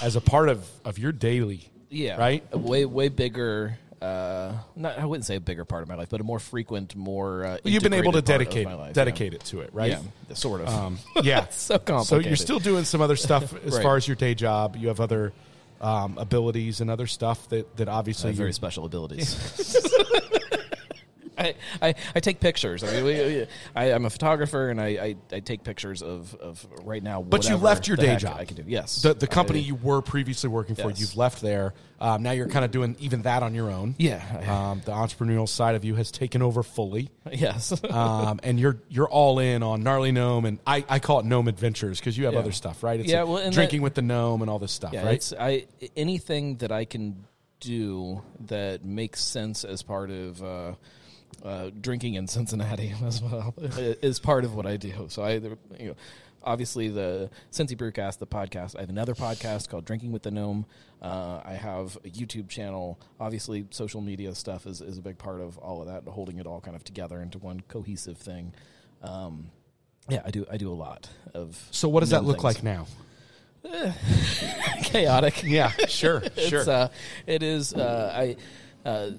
C: as a part of of your daily.
B: Yeah.
C: Right.
B: A way way bigger. Uh, not I wouldn't say a bigger part of my life, but a more frequent, more. Uh,
C: You've been able to
B: integrated part of
C: dedicate
B: my life,
C: dedicate it to it, right?
B: Yeah. yeah sort of. [LAUGHS]
C: Um, yeah.
B: so
C: So you're
B: complicated.
C: still doing some other
B: [LAUGHS]
C: stuff as
B: Right.
C: far as your day job. You have other um, abilities and other stuff that that obviously
B: have Uh, very
C: you- [LAUGHS]
B: special abilities. [LAUGHS] I, I, I take pictures. I mean, we, we- I, am a photographer, and I, I, I take pictures of, of right now.
C: But you
B: whatever
C: left your
B: the
C: day
B: heck
C: job.
B: I can do yes.
C: The, the
B: I-
C: company you were previously working for,
B: Yes.
C: you've left there. Um, now you're kind of doing even that on your own.
B: Yeah.
C: Um, the entrepreneurial side of you has taken over fully.
B: [LAUGHS] yes.
C: um, and you're you're all in on gnarly gnome and I, I call it gnome adventures because you have
B: Yeah.
C: other stuff right
B: Yeah,
C: like
B: well, and
C: drinking
B: that-
C: with the gnome and all this stuff
B: yeah,
C: right
B: it's I anything that I can do that makes sense as part of uh, uh, drinking in Cincinnati [LAUGHS] as well is part of what I do. So I, you know, obviously the Cincy Brewcast, the podcast. I have another podcast called Drinking with the Gnome. Uh, I have a YouTube channel. Obviously, social media stuff is, is a big part of all of that, holding it all kind of together into one cohesive thing. Um, yeah, I do. I do a lot of.
C: So what does that
B: gnome
C: look
B: things.
C: like now? [LAUGHS]
B: Chaotic.
C: Yeah, sure, sure.
B: [LAUGHS] It's, uh, it is. Uh, I. Uh,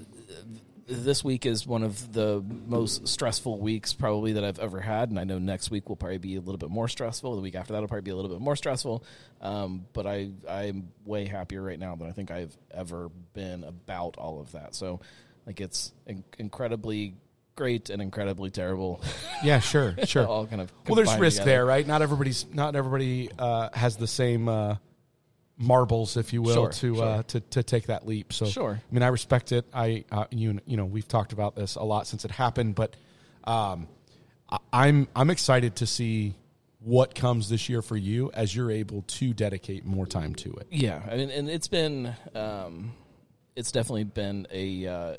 B: this week is one of the most stressful weeks probably that I've ever had, and I know next week will probably be a little bit more stressful. The week after that will probably be a little bit more stressful. Um, but I I'm way happier right now than I think I've ever been about all of that. So, like it's in- incredibly great and incredibly terrible. [LAUGHS]
C: yeah, sure, sure.
B: all kind of
C: well, there's
B: combined
C: risk
B: together.
C: there, right? Not everybody's not everybody uh, has the same uh, marbles, if you will,
B: Sure,
C: to Uh,
B: sure.
C: to to take that leap. So
B: Sure.
C: I mean, I respect it. I uh, you you know we've talked about this a lot since it happened, but um, I, I'm I'm excited to see what comes this year for you as you're able to dedicate more time to it.
B: Yeah, I mean, and it's been, um, it's definitely been a, uh, a-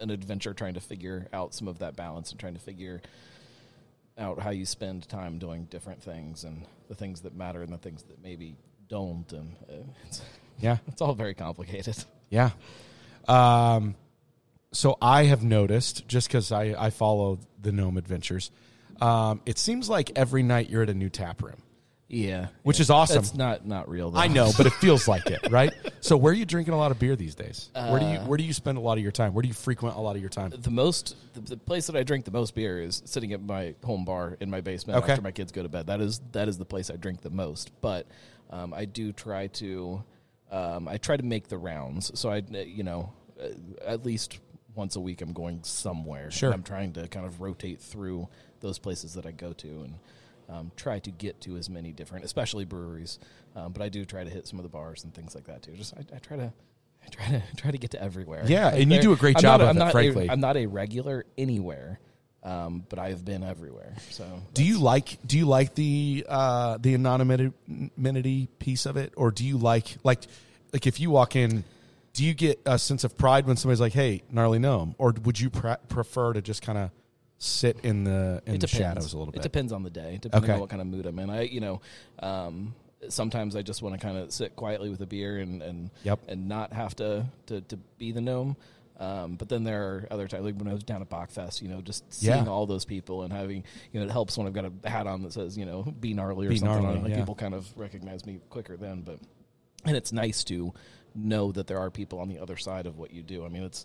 B: an adventure trying to figure out some of that balance and trying to figure out how you spend time doing different things and the things that matter and the things that maybe don't. And uh, it's, [LAUGHS]
C: Yeah,
B: it's all very complicated.
C: Yeah. Um, so I have noticed, just because I, I follow the Gnome Adventures, um, it seems like every night you're at a new tap room,
B: Yeah,
C: which is awesome.
B: It's not not real. Though.
C: I know, but it feels like it, right? So where are you drinking a lot of beer these days? where do you where do you spend a lot of your time? Where do you frequent a lot of your time?
B: the most the, the place that I drink the most beer is sitting at my home bar in my basement
C: Okay.
B: after my kids go to bed. That is that is the place I drink the most. But um, I do try to um, I try to make the rounds. So I you know uh, at least once a week I'm going somewhere.
C: Sure.
B: I'm trying to kind of rotate through those places that I go to and. Um, try to get to as many different, especially breweries, um, but I do try to hit some of the bars and things like that too. Just I, I try to, I try to [LAUGHS] try to get to everywhere.
C: Yeah,
B: Like
C: and you
B: there-
C: do a great
B: I'm
C: job
B: not
C: of
B: I'm
C: it,
B: not a-
C: frankly.
B: I'm not a regular anywhere, um, but I've been everywhere. So
C: Do you like do you like the uh, the anonymity piece of it, or do you like like like if you walk in, do you get a sense of pride when somebody's like, "Hey, gnarly gnome," or would you pre- prefer to just kind of sit in the in the shadows a little
B: It
C: bit?
B: depends on the day, depending
C: Okay.
B: on what kind of mood I'm in. I, you know, um, sometimes I just want to kind of sit quietly with a beer and and
C: Yep.
B: and not have to to, to be the gnome. Um, but then there are other times, like when I was down at Bachfest, you know, just seeing
C: Yeah.
B: all those people and having, you know, it helps when I've got a hat on that says, you know, be gnarly or
C: Be
B: something.
C: gnarly,
B: like
C: yeah.
B: people kind of recognize me quicker then, but and it's nice to know that there are people on the other side of what you do. I mean, it's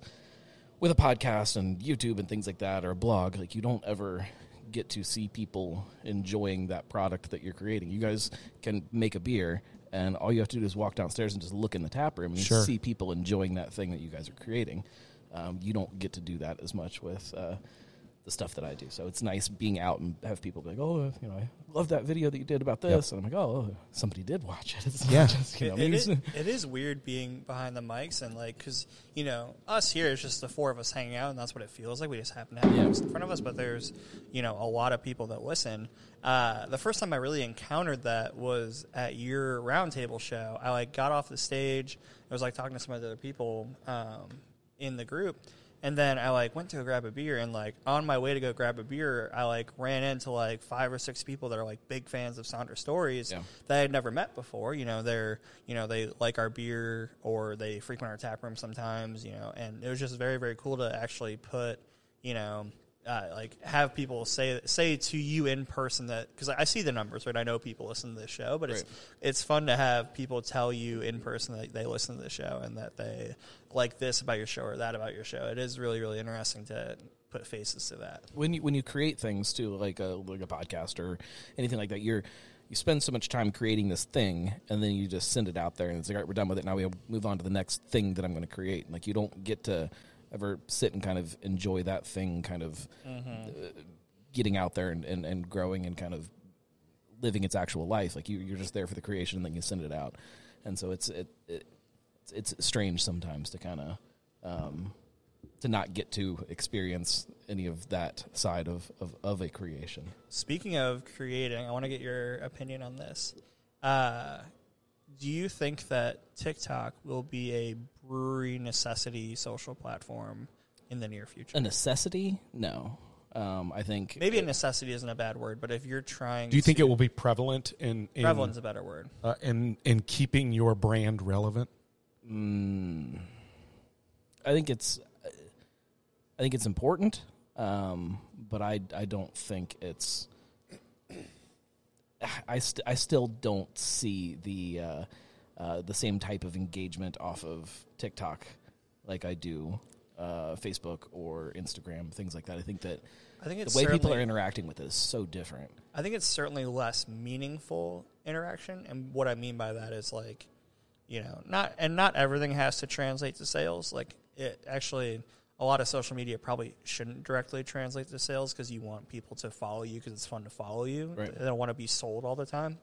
B: with a podcast and YouTube and things like that or a blog, like you don't ever get to see people enjoying that product that you're creating. You guys can make a beer and all you have to do is walk downstairs and just look in the tap room and you
C: Sure.
B: see people enjoying that thing that you guys are creating. Um, you don't get to do that as much with uh, the stuff that I do. So it's nice being out and have people be like, "Oh, you know, I love that video that you did about this," and I'm like, "Oh, somebody did watch it." [LAUGHS] It's not
C: Yeah.
B: just, you know,
D: It-
B: maybe
D: it,
B: it's-
D: is, it is weird being behind the mics and like because you know us here is just the four of us hanging out and that's what it feels like we just happen to have
B: Yeah.
D: mics in front of us but there's you know a lot of people that listen uh, the first time i really encountered that was at your roundtable show i like got off the stage i was like talking to some of the other people um, in the group and then I like went to go grab a beer, and like on my way to go grab a beer, I like ran into like five or six people that are like big fans of Sonder Stories,
B: Yeah.
D: that I had never met before. You know, they're you know they like our beer or they frequent our tap room sometimes. You know, and it was just very very cool to actually put you know. Uh, like have people say say to you in person that because I see the numbers right I know people listen to this show but it's
B: Right.
D: it's fun to have people tell you in person that they listen to the show and that they like this about your show or that about your show it is really really interesting to put faces to that
B: when you when you create things too, like a like a podcast or anything like that, you're you spend so much time creating this thing, and then you just send it out there, and it's like, all right, we're done with it. Now we move on to the next thing that I'm going to create. Like you don't get to ever sit and kind of enjoy that thing, kind of uh, getting out there and, and, and growing and kind of living its actual life. Like you, you're just there for the creation, and then you send it out. And so it's it, it it's it's strange sometimes to kind of um, to not get to experience any of that side of of, of a creation.
D: Speaking of creating, I want to get your opinion on this. Uh, do you think that TikTok will be a brewery necessity social platform in the near future.
B: a necessity? No. Um, I think
D: Maybe a necessity isn't a bad word, but if you're trying,
C: Do you
D: to-
C: think it will be prevalent in in,
D: prevalent's a better word?
C: uh, in in keeping your brand relevant?
B: Hmm. I think it's I think it's important, um, but I I don't think it's I st- I still don't see the uh, uh, the same type of engagement off of TikTok like I do uh, Facebook or Instagram things like that. I think that
D: I think it's
B: the way people are
D: certainly-
B: interacting with it is so different.
D: I think it's certainly less meaningful interaction, and what I mean by that is like, you know, not and not everything has to translate to sales. Like, it actually, a lot of social media probably shouldn't directly translate to sales because you want people to follow you because it's fun to follow you.
B: Right.
D: They don't want to be sold all the time.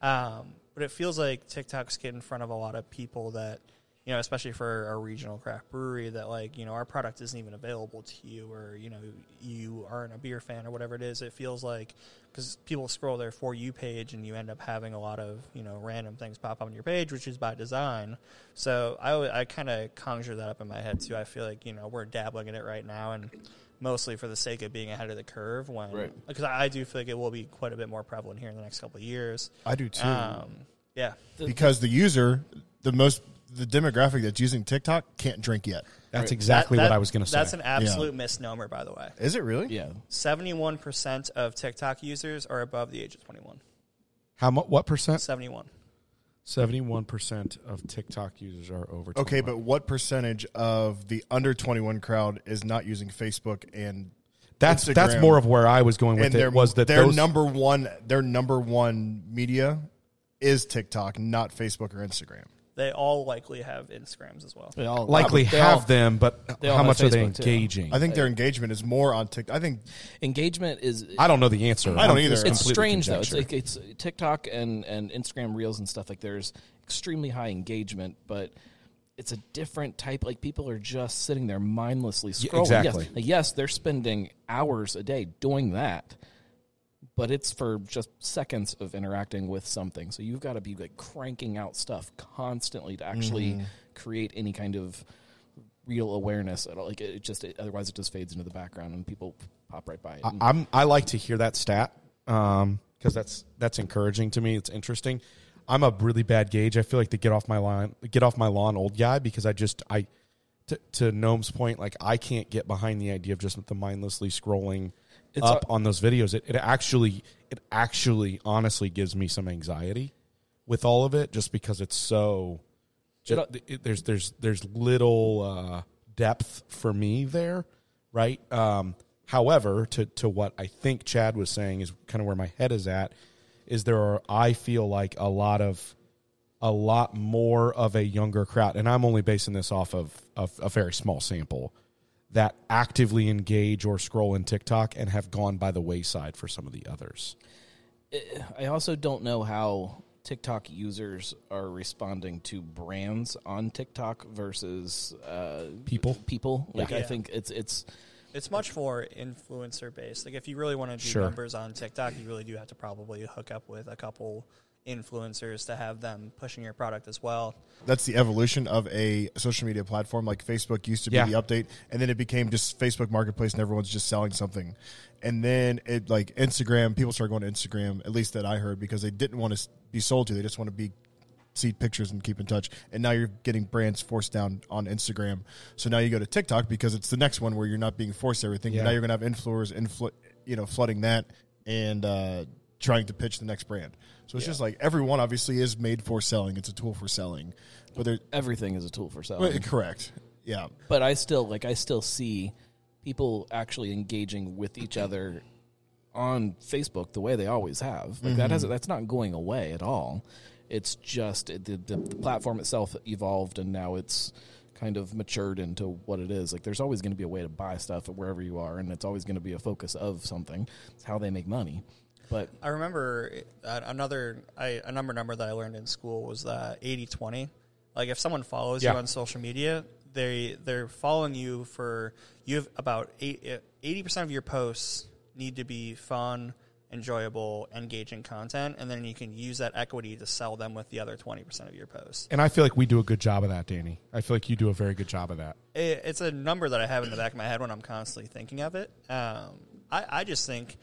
D: Um, but it feels like TikTok's getting in front of a lot of people that, you know, especially for a regional craft brewery, that like, you know, our product isn't even available to you or, you know, you aren't a beer fan or whatever it is. It feels like because people scroll their For You page and you end up having a lot of, you know, random things pop up on your page, which is by design. So I, al- I kind of conjure that up in my head too. I feel like, you know, we're dabbling in it right now and mostly for the sake of being ahead of the curve when,
B: Right.
D: because I I do feel like it will be quite a bit more prevalent here in the next couple of years.
E: I do too.
D: Um, yeah.
E: because the user, the most, the demographic that's using TikTok can't drink yet.
C: That's exactly
D: That-
C: what
D: that-
C: I was going to say.
D: That's an absolute misnomer, by the way.
E: Is it really?
B: Yeah,
D: 71% of TikTok users are above the age of 21.
C: How much? What percent?
D: 71.
C: Seventy one percent of TikTok users are over.
E: Okay,
C: 21.
E: but what percentage of the under 21 crowd is not using Facebook and
C: that's that's
E: Instagram?
C: more of where I was going with
E: and their
C: it. Was that
E: their
C: those,
E: number one their number one media is TikTok, not Facebook or Instagram.
D: They all likely have Instagrams as well.
B: they all
C: likely
B: they
C: have
B: all-
C: them, but
B: they all
C: how
B: have
C: much are they
B: Facebook, too.
C: engaging?
E: I think their engagement is more on TikTok. I think
B: engagement is
C: I don't know the answer.
E: I don't
C: I'm
E: either.
C: just
B: it's
C: completely
B: strange though. It's
C: conjecturing.
B: like it's TikTok and and Instagram Reels and stuff like there's extremely high engagement, but it's a different type. Like people are just sitting there mindlessly scrolling. Yes.
C: exactly.
B: Like, Yes, they're spending hours a day doing that, but it's for just seconds of interacting with something. So you've got to be like cranking out stuff constantly to actually
C: Mm-hmm.
B: create any kind of real awareness at all. Like it it just it, otherwise it just fades into the background and people pop right by it. And-
C: I, am I like to hear that stat because that's that's encouraging to me. It's interesting. I'm a really bad gauge. I feel like the get off my lawn, get off my lawn, old guy because I just I to, to Gnome's point, like I can't get behind the idea of just the mindlessly scrolling up on those videos. It, it actually it actually honestly gives me some anxiety with all of it just because it's so ju- it- there's there's there's little uh, depth for me there, right? Um, however, to to what I think Chad was saying is kind of where my head is at. Is there are I feel like a lot of a lot more of a younger crowd, and I'm only basing this off of, of a very small sample that actively engage or scroll in TikTok and have gone by the wayside for some of the others.
B: I also don't know how TikTok users are responding to brands on TikTok versus uh,
C: People?
B: People, like I
D: Yeah.
B: think it's it's
D: It's much more influencer based. Like if you really want to do
C: Sure.
D: numbers on TikTok, you really do have to probably hook up with a couple influencers to have them pushing your product as well.
E: that's the evolution of a social media platform like Facebook used to be
C: Yeah.
E: the update and then it became just Facebook marketplace and everyone's just selling something. And then it like Instagram, people started going to Instagram, at least that I heard because they didn't want to be sold to, they just want to be see pictures and keep in touch. And now you're getting brands forced down on Instagram. So now you go to TikTok because it's the next one where you're not being forced to everything.
C: Yeah.
E: But now you're going to have influencers influ- you know flooding that and uh trying to pitch the next brand. So it's just like everyone obviously is made for selling. It's a tool for selling. But there
B: everything is a tool for selling.
E: well, correct. Yeah.
B: but I still like I still see people actually engaging with each other on Facebook the way they always have. Like
D: Mm-hmm.
B: that has that's not going away at all. It's just it- the, the the platform itself evolved and now it's kind of matured into what it is. Like there's always going to be a way to buy stuff wherever you are and it's always going to be a focus of something. It's how they make money. But
D: I remember uh, another I, a number number that I learned in school was that 80-20. Like if someone follows
C: Yeah.
D: you on social media, they they're following you eh, for you have about eighty percent of your posts need to be fun enjoyable, engaging content, and then you can use that equity to sell them with the other twenty percent of your posts.
C: And I feel like we do a good job of that, Danny. I feel like you do a very good job of that.
D: it, it's a number that I have in the back of my head when I'm constantly thinking of it. Um, I, I just think,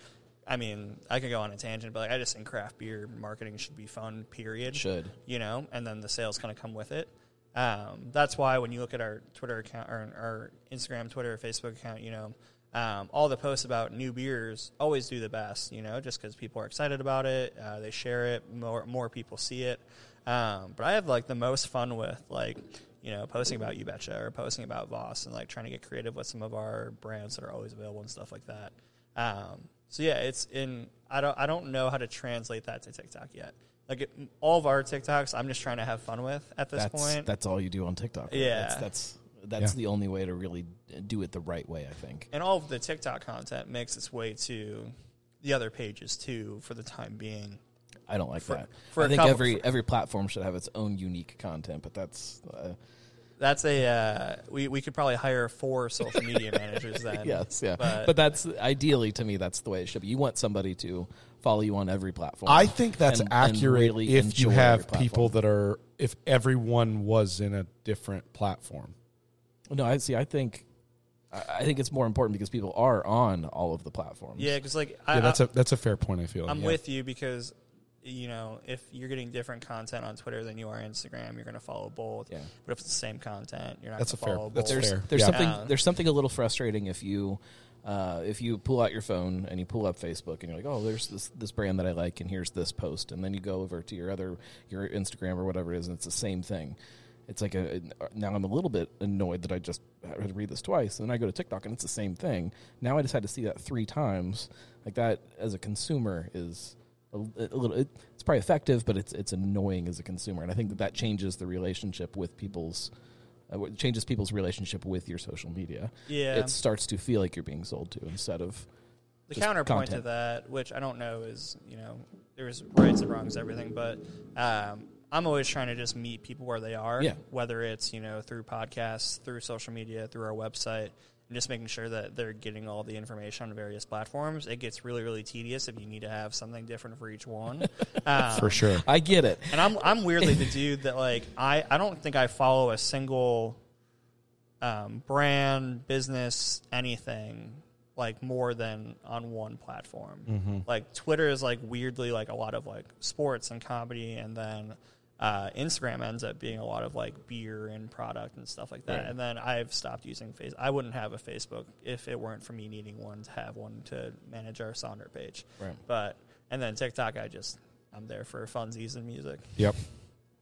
D: I mean, I could go on a tangent, but like, I just think craft beer marketing should be fun. Period.
B: Should.
D: you know, and then the sales kind of come with it. Um, that's why when you look at our Twitter account or our Instagram, Twitter, Facebook account, you know, um, all the posts about new beers always do the best, you know, just because people are excited about it, uh, they share it, more more people see it. Um, but I have like the most fun with like you know posting about You Betcha or posting about Voss and like trying to get creative with some of our brands that are always available and stuff like that. Um, so yeah, it's in. I don't. I don't know how to translate that to TikTok yet. Like it, all of our TikToks, I'm just trying to have fun with at this
B: that's,
D: point.
B: That's all you do on TikTok. right?
D: Yeah.
B: That's that's, that's the only way to really do it the right way, I think.
D: and all of the TikTok content makes its way to the other pages too for the time being.
B: I don't like that.
D: for
B: I
D: a
B: think
D: couple-
B: every every platform should have its own unique content, but that's uh,
D: That's a uh, we we could probably hire four social
C: [LAUGHS]
D: media managers then.
B: yes, yeah. But,
D: But-
B: that's ideally to me that's the way it should be. You want somebody to follow you on every platform.
C: I think that's
B: and- and
C: accurate
B: really
C: if you
B: enjoy
C: have
B: your platform.
C: people that are if everyone was in a different platform.
B: No, I see. I think I I think it's more important because people are on all of the platforms.
D: Yeah, because like I,
C: Yeah, that's a that's a fair point. I feel.
D: I'm
C: yeah.
D: with you because you know if you're getting different content on Twitter than you are Instagram, you're going to follow both.
B: Yeah.
D: But if it's the same content, you're not going
C: That's
D: to
C: a fair-
D: follow
C: that's
D: both.
B: there's
C: fair.
B: there's
C: Yeah.
B: something
D: Yeah.
B: there's something a little frustrating if you uh, if you pull out your phone and you pull up Facebook and you're like, oh, there's this this brand that I like, and here's this post, and then you go over to your other your Instagram or whatever it is, and it's the same thing. It's like a uh, now I'm a little bit annoyed that I just had to read this twice, and then I go to TikTok and it's the same thing. Now I just had to see that three times. Like that as a consumer is a, a little. It, it's probably effective, but it's it's annoying as a consumer, and I think that that changes the relationship with people's uh, what changes people's relationship with your social media.
D: Yeah.
B: It starts to feel like you're being sold to instead of
D: the
B: just
D: counterpoint
B: content.
D: to that, which I don't know, is you know there's rights and wrongs, everything, but um, I'm always trying to just meet people where they are,
B: Yeah.
D: whether it's you know through podcasts, through social media, through our website, and just making sure that they're getting all the information on various platforms. It gets really really tedious if you need to have something different for each
B: [LAUGHS]
D: one. Um,
C: for sure.
B: I get it.
D: and I'm I'm weirdly the dude that like I I don't think I follow a single um, brand, business, anything like more than on one platform. Like Twitter is like weirdly like a lot of like sports and comedy, and then uh, Instagram ends up being a lot of like beer and product and stuff like that. And then I've stopped using face. I wouldn't have a Facebook if it weren't for me needing one to have one to manage our Sonder page.
B: Right.
D: But and then TikTok, I just I'm there for funsies and music.
C: Yep.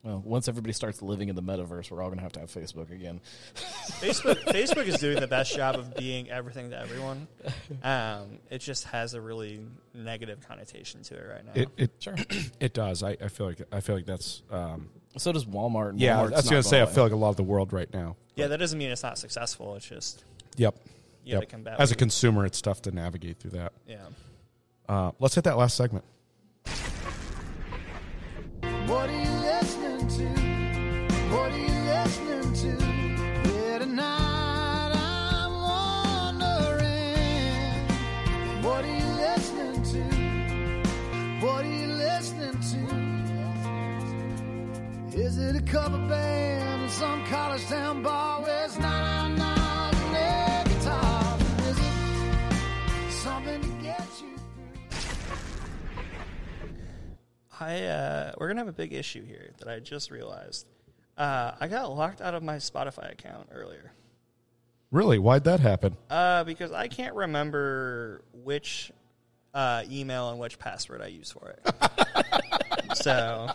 B: Well, once everybody starts living in the metaverse, we're all going to have to have Facebook again.
D: Facebook Facebook is doing the best job of being everything to everyone. Um, it just has a really negative connotation to it right now.
C: It it [CLEARS THROAT] it does. I, I feel like I feel like that's um,
B: So does Walmart. And
C: yeah.
B: Walmart's
C: I was
B: not
C: gonna say I
B: away.
C: feel like a lot of the world right now.
D: yeah, that doesn't mean it's not successful. It's just
C: Yep.
D: You gotta
C: Yep.
D: combat
C: As a
D: what you-
C: consumer, it's tough to navigate through that.
D: yeah.
C: Uh, let's hit that last segment.
F: What are you listening to? What are you listening to? Yeah, tonight I'm wondering. What are you listening to? What are you listening to? Is it a cover band in some college town bar where it's not out not an air guitar? Is it something to get you through?
D: I uh, we're gonna have a big issue here that I just realized. Uh, I got locked out of my Spotify account earlier
C: Really? Why'd that happen?
D: uh, because I can't remember which uh, email and which password I use for it. [LAUGHS] so.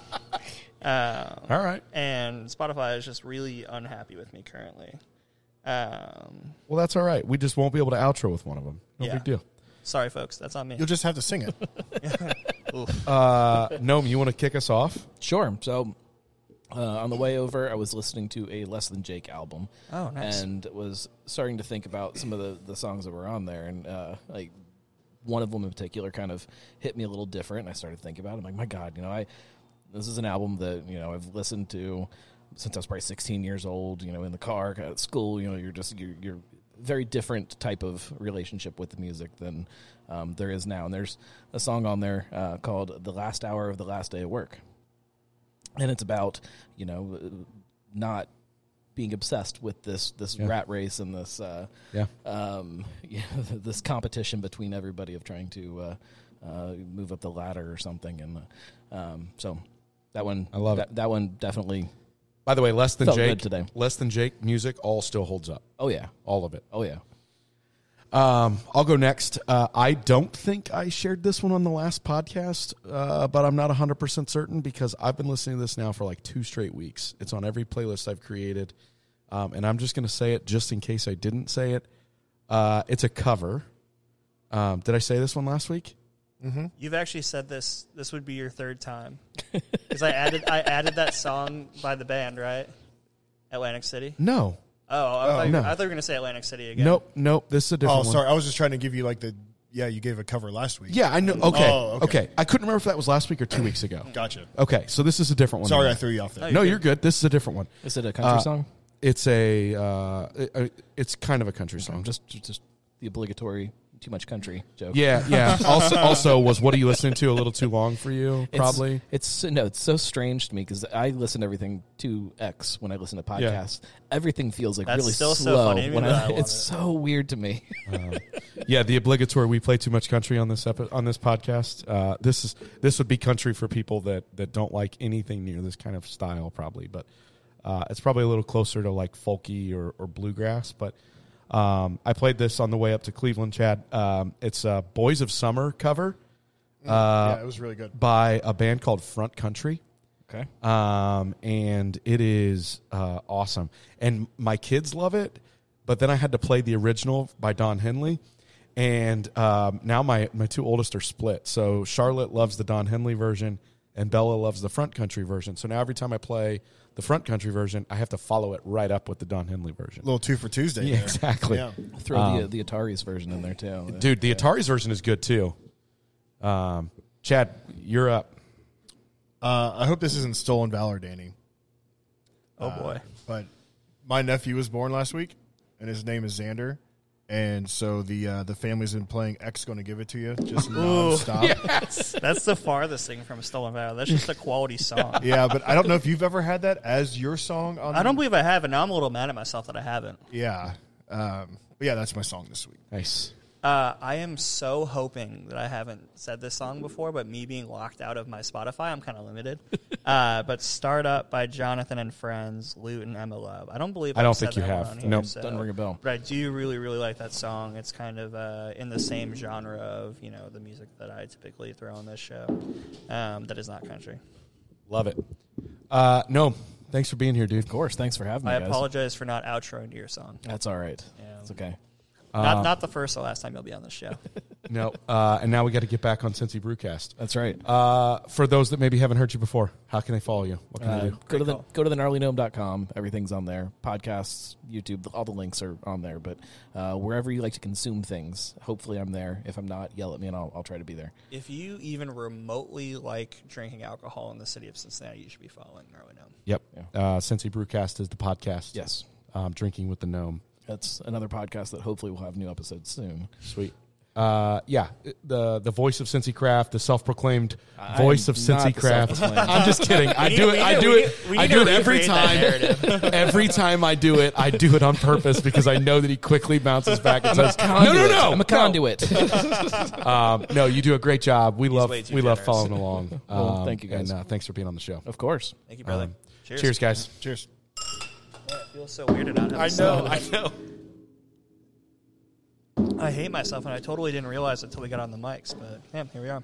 D: Um,
C: All right.
D: and Spotify is just really unhappy with me currently. Um,
C: Well, that's all right. We just won't be able to outro with one of them. No
D: Yeah.
C: big deal.
D: sorry, folks, that's on me.
E: You'll just have to sing it.
C: Uh, Noam, you want to kick us off?
B: Sure. So uh, on the way over, I was listening to a Less Than Jake album.
D: Oh, nice.
B: And was starting to think about some of the, the songs that were on there. And uh, like one of them in particular kind of hit me a little different. And I started thinking about it. I'm like, my God, you know, I this is an album that, you know, I've listened to since I was probably 16 years old, you know, in the car, at school, you know, you're just, you're, you're very different type of relationship with the music than um, there is now. And there's a song on there uh, called "The Last Hour of the Last Day of Work," and it's about you know uh, not being obsessed with this this rat race and this uh,
C: Yeah.
B: um, [LAUGHS] yeah, this competition between everybody of trying to uh, uh, move up the ladder or something. And uh, um, so that one, I
C: love
B: that, That one definitely.
C: By the way, less than
B: Felt
C: Jake
B: good today.
C: Less than Jake music all still holds up.
B: Oh yeah,
C: All of it.
B: oh yeah.
C: Um, I'll go next. Uh, I don't think I shared this one on the last podcast, uh, but I'm not 100% certain because I've been listening to this now for like two straight weeks. It's on every playlist I've created. Um, and I'm just going to say it just in case I didn't say it. Uh, it's a cover. Um, did I say this one last week?
D: You've actually said this. This would be your third time because I added I added that song by the band, right? Atlantic City.
C: No.
D: Oh, I, thought, you-
C: no.
D: I thought you were gonna say Atlantic City again.
C: Nope. Nope. This is a different
E: Oh,
C: one.
E: sorry. I was just trying to give you like the yeah. You gave a cover last week.
C: Yeah, I know. Okay.
E: Oh,
C: okay.
E: okay.
C: I couldn't remember if that was last week or two weeks ago.
E: Gotcha.
C: Okay. So this is a different one.
E: Sorry,
C: than
E: I
C: that.
E: threw you off there.
C: No, you're good. This is a different one.
B: Is it a country
C: Uh,
B: song?
C: It's a uh, it- uh, it's kind of a country song. Just
B: Just just the obligatory too much country joke.
C: yeah,
B: [LAUGHS]
C: yeah. Also, also was what are you listening to? A little too long for you,
B: It's-
C: probably.
B: It's, no, it's so strange to me because I listen to everything to X when I listen to podcasts. Everything feels like
D: That's
B: really
D: still so
B: slow.
D: funny to me,
B: when
D: but I love
B: [LAUGHS] it's
D: it.
B: so weird to me. [LAUGHS]
C: Yeah, the obligatory. We play too much country on this epi- on this podcast. Uh, this is this would be country for people that that don't like anything near this kind of style, probably. But uh, it's probably a little closer to like folky or, or bluegrass. But um, I played this on the way up to Cleveland, Chad. Um, it's a Boys of Summer cover
E: yeah, it was really good.
C: by a band called Front Country.
B: okay.
C: um, and it is uh, awesome. And my kids love it. But then I had to play the original by Don Henley, and um, now my my two oldest are split. So Charlotte loves the Don Henley version, and Bella loves the Front Country version. So now every time I play the Front Country version, I have to follow it right up with the Don Henley version. [LAUGHS]
E: little two for Tuesday.
C: yeah,
E: there.
C: exactly.
E: Yeah.
B: Throw
C: Um,
B: the the Atari's version in there too.
C: Dude, the Atari's version is good too. Um, Chad, you're up.
E: Uh, I hope this isn't stolen valor, Danny. Uh,
D: Oh boy.
E: But my nephew was born last week, and his name is Xander. And so the uh, the family's been playing X going to give it to you
D: [LAUGHS]
E: just nonstop. Yeah.
D: That's the farthest thing from Stolen Valor. That's just a quality song.
E: but I don't know if you've ever had that as your song. On
D: I don't believe I have, and now I'm a little mad at myself that I haven't.
E: Yeah, um, but yeah, that's my song this week.
C: Nice.
D: Uh, I am so hoping that I haven't said this song before, but me being locked out of my Spotify, I'm kind
C: [LAUGHS]
D: of limited. uh, but "Start Up" by Jonathan and Friends, Lute and Emma Love. I don't believe
C: I don't
D: I've said
C: think you
D: that one
C: have.
D: on here,
C: Nope.
D: so-
B: Doesn't ring a bell.
D: But I do really, really like that song. It's kind of uh, in the same genre of you know the music that I typically throw on this show. Um, that is not country.
C: Love it. Uh, no, thanks for being here, dude.
B: Of course. Thanks for having me.
D: I
B: guys.
D: apologize for not outroing to your song.
B: That's all right.
D: Yeah.
B: It's okay.
C: Uh,
D: not, not the first or last time you'll be on the
B: [LAUGHS]
D: show.
C: No, uh, and now we got to get back on Cincy Brewcast.
B: That's right.
C: Uh, for those that maybe haven't heard you before, how can they follow you? What can they
B: Uh,
C: do?
B: go to the go to the gnarlygnome.com. Everything's on there. Podcasts, YouTube, all the links are on there. But uh, wherever you like to consume things, hopefully I'm there. If I'm not, yell at me and I'll, I'll try to be there.
D: If you even remotely like drinking alcohol in the city of Cincinnati, you should be following Gnarly Gnome.
C: Yep, uh, Cincy Brewcast is the podcast.
B: Yes,
C: um, drinking with the gnome.
B: that's another podcast that hopefully will have new episodes soon.
C: Sweet. Uh, yeah, the the voice of Cincy Craft, the self proclaimed
B: I
C: voice
B: am
C: of Cincy
B: not the
C: Craft.
B: self-proclaimed.
C: I'm just kidding. I
D: need-
C: do
D: we
C: it. I
D: need-
C: do
D: we
C: it.
D: need- we
C: I
D: need
C: do it
D: to
C: every
D: recreate that
C: time. Every time I do it, I do it on purpose because I know that he quickly bounces back and says, "No, no,
B: Conduit.
C: no,
B: I'm a
C: no." [LAUGHS]
B: conduit.
C: Um, no, you do a great job. We love we
D: way too
C: love
D: generous.
C: following along.
B: Well,
C: Um,
B: thank you, guys.
C: and uh, thanks for being on the show.
B: of course.
D: Thank you, brother.
C: Um,
D: cheers.
C: Cheers, guys.
E: Cheers.
D: Boy, it feels so weird to not have a soda.
C: I know.
D: I hate myself, and I totally didn't realize it until we got on the mics. But yeah, here we are.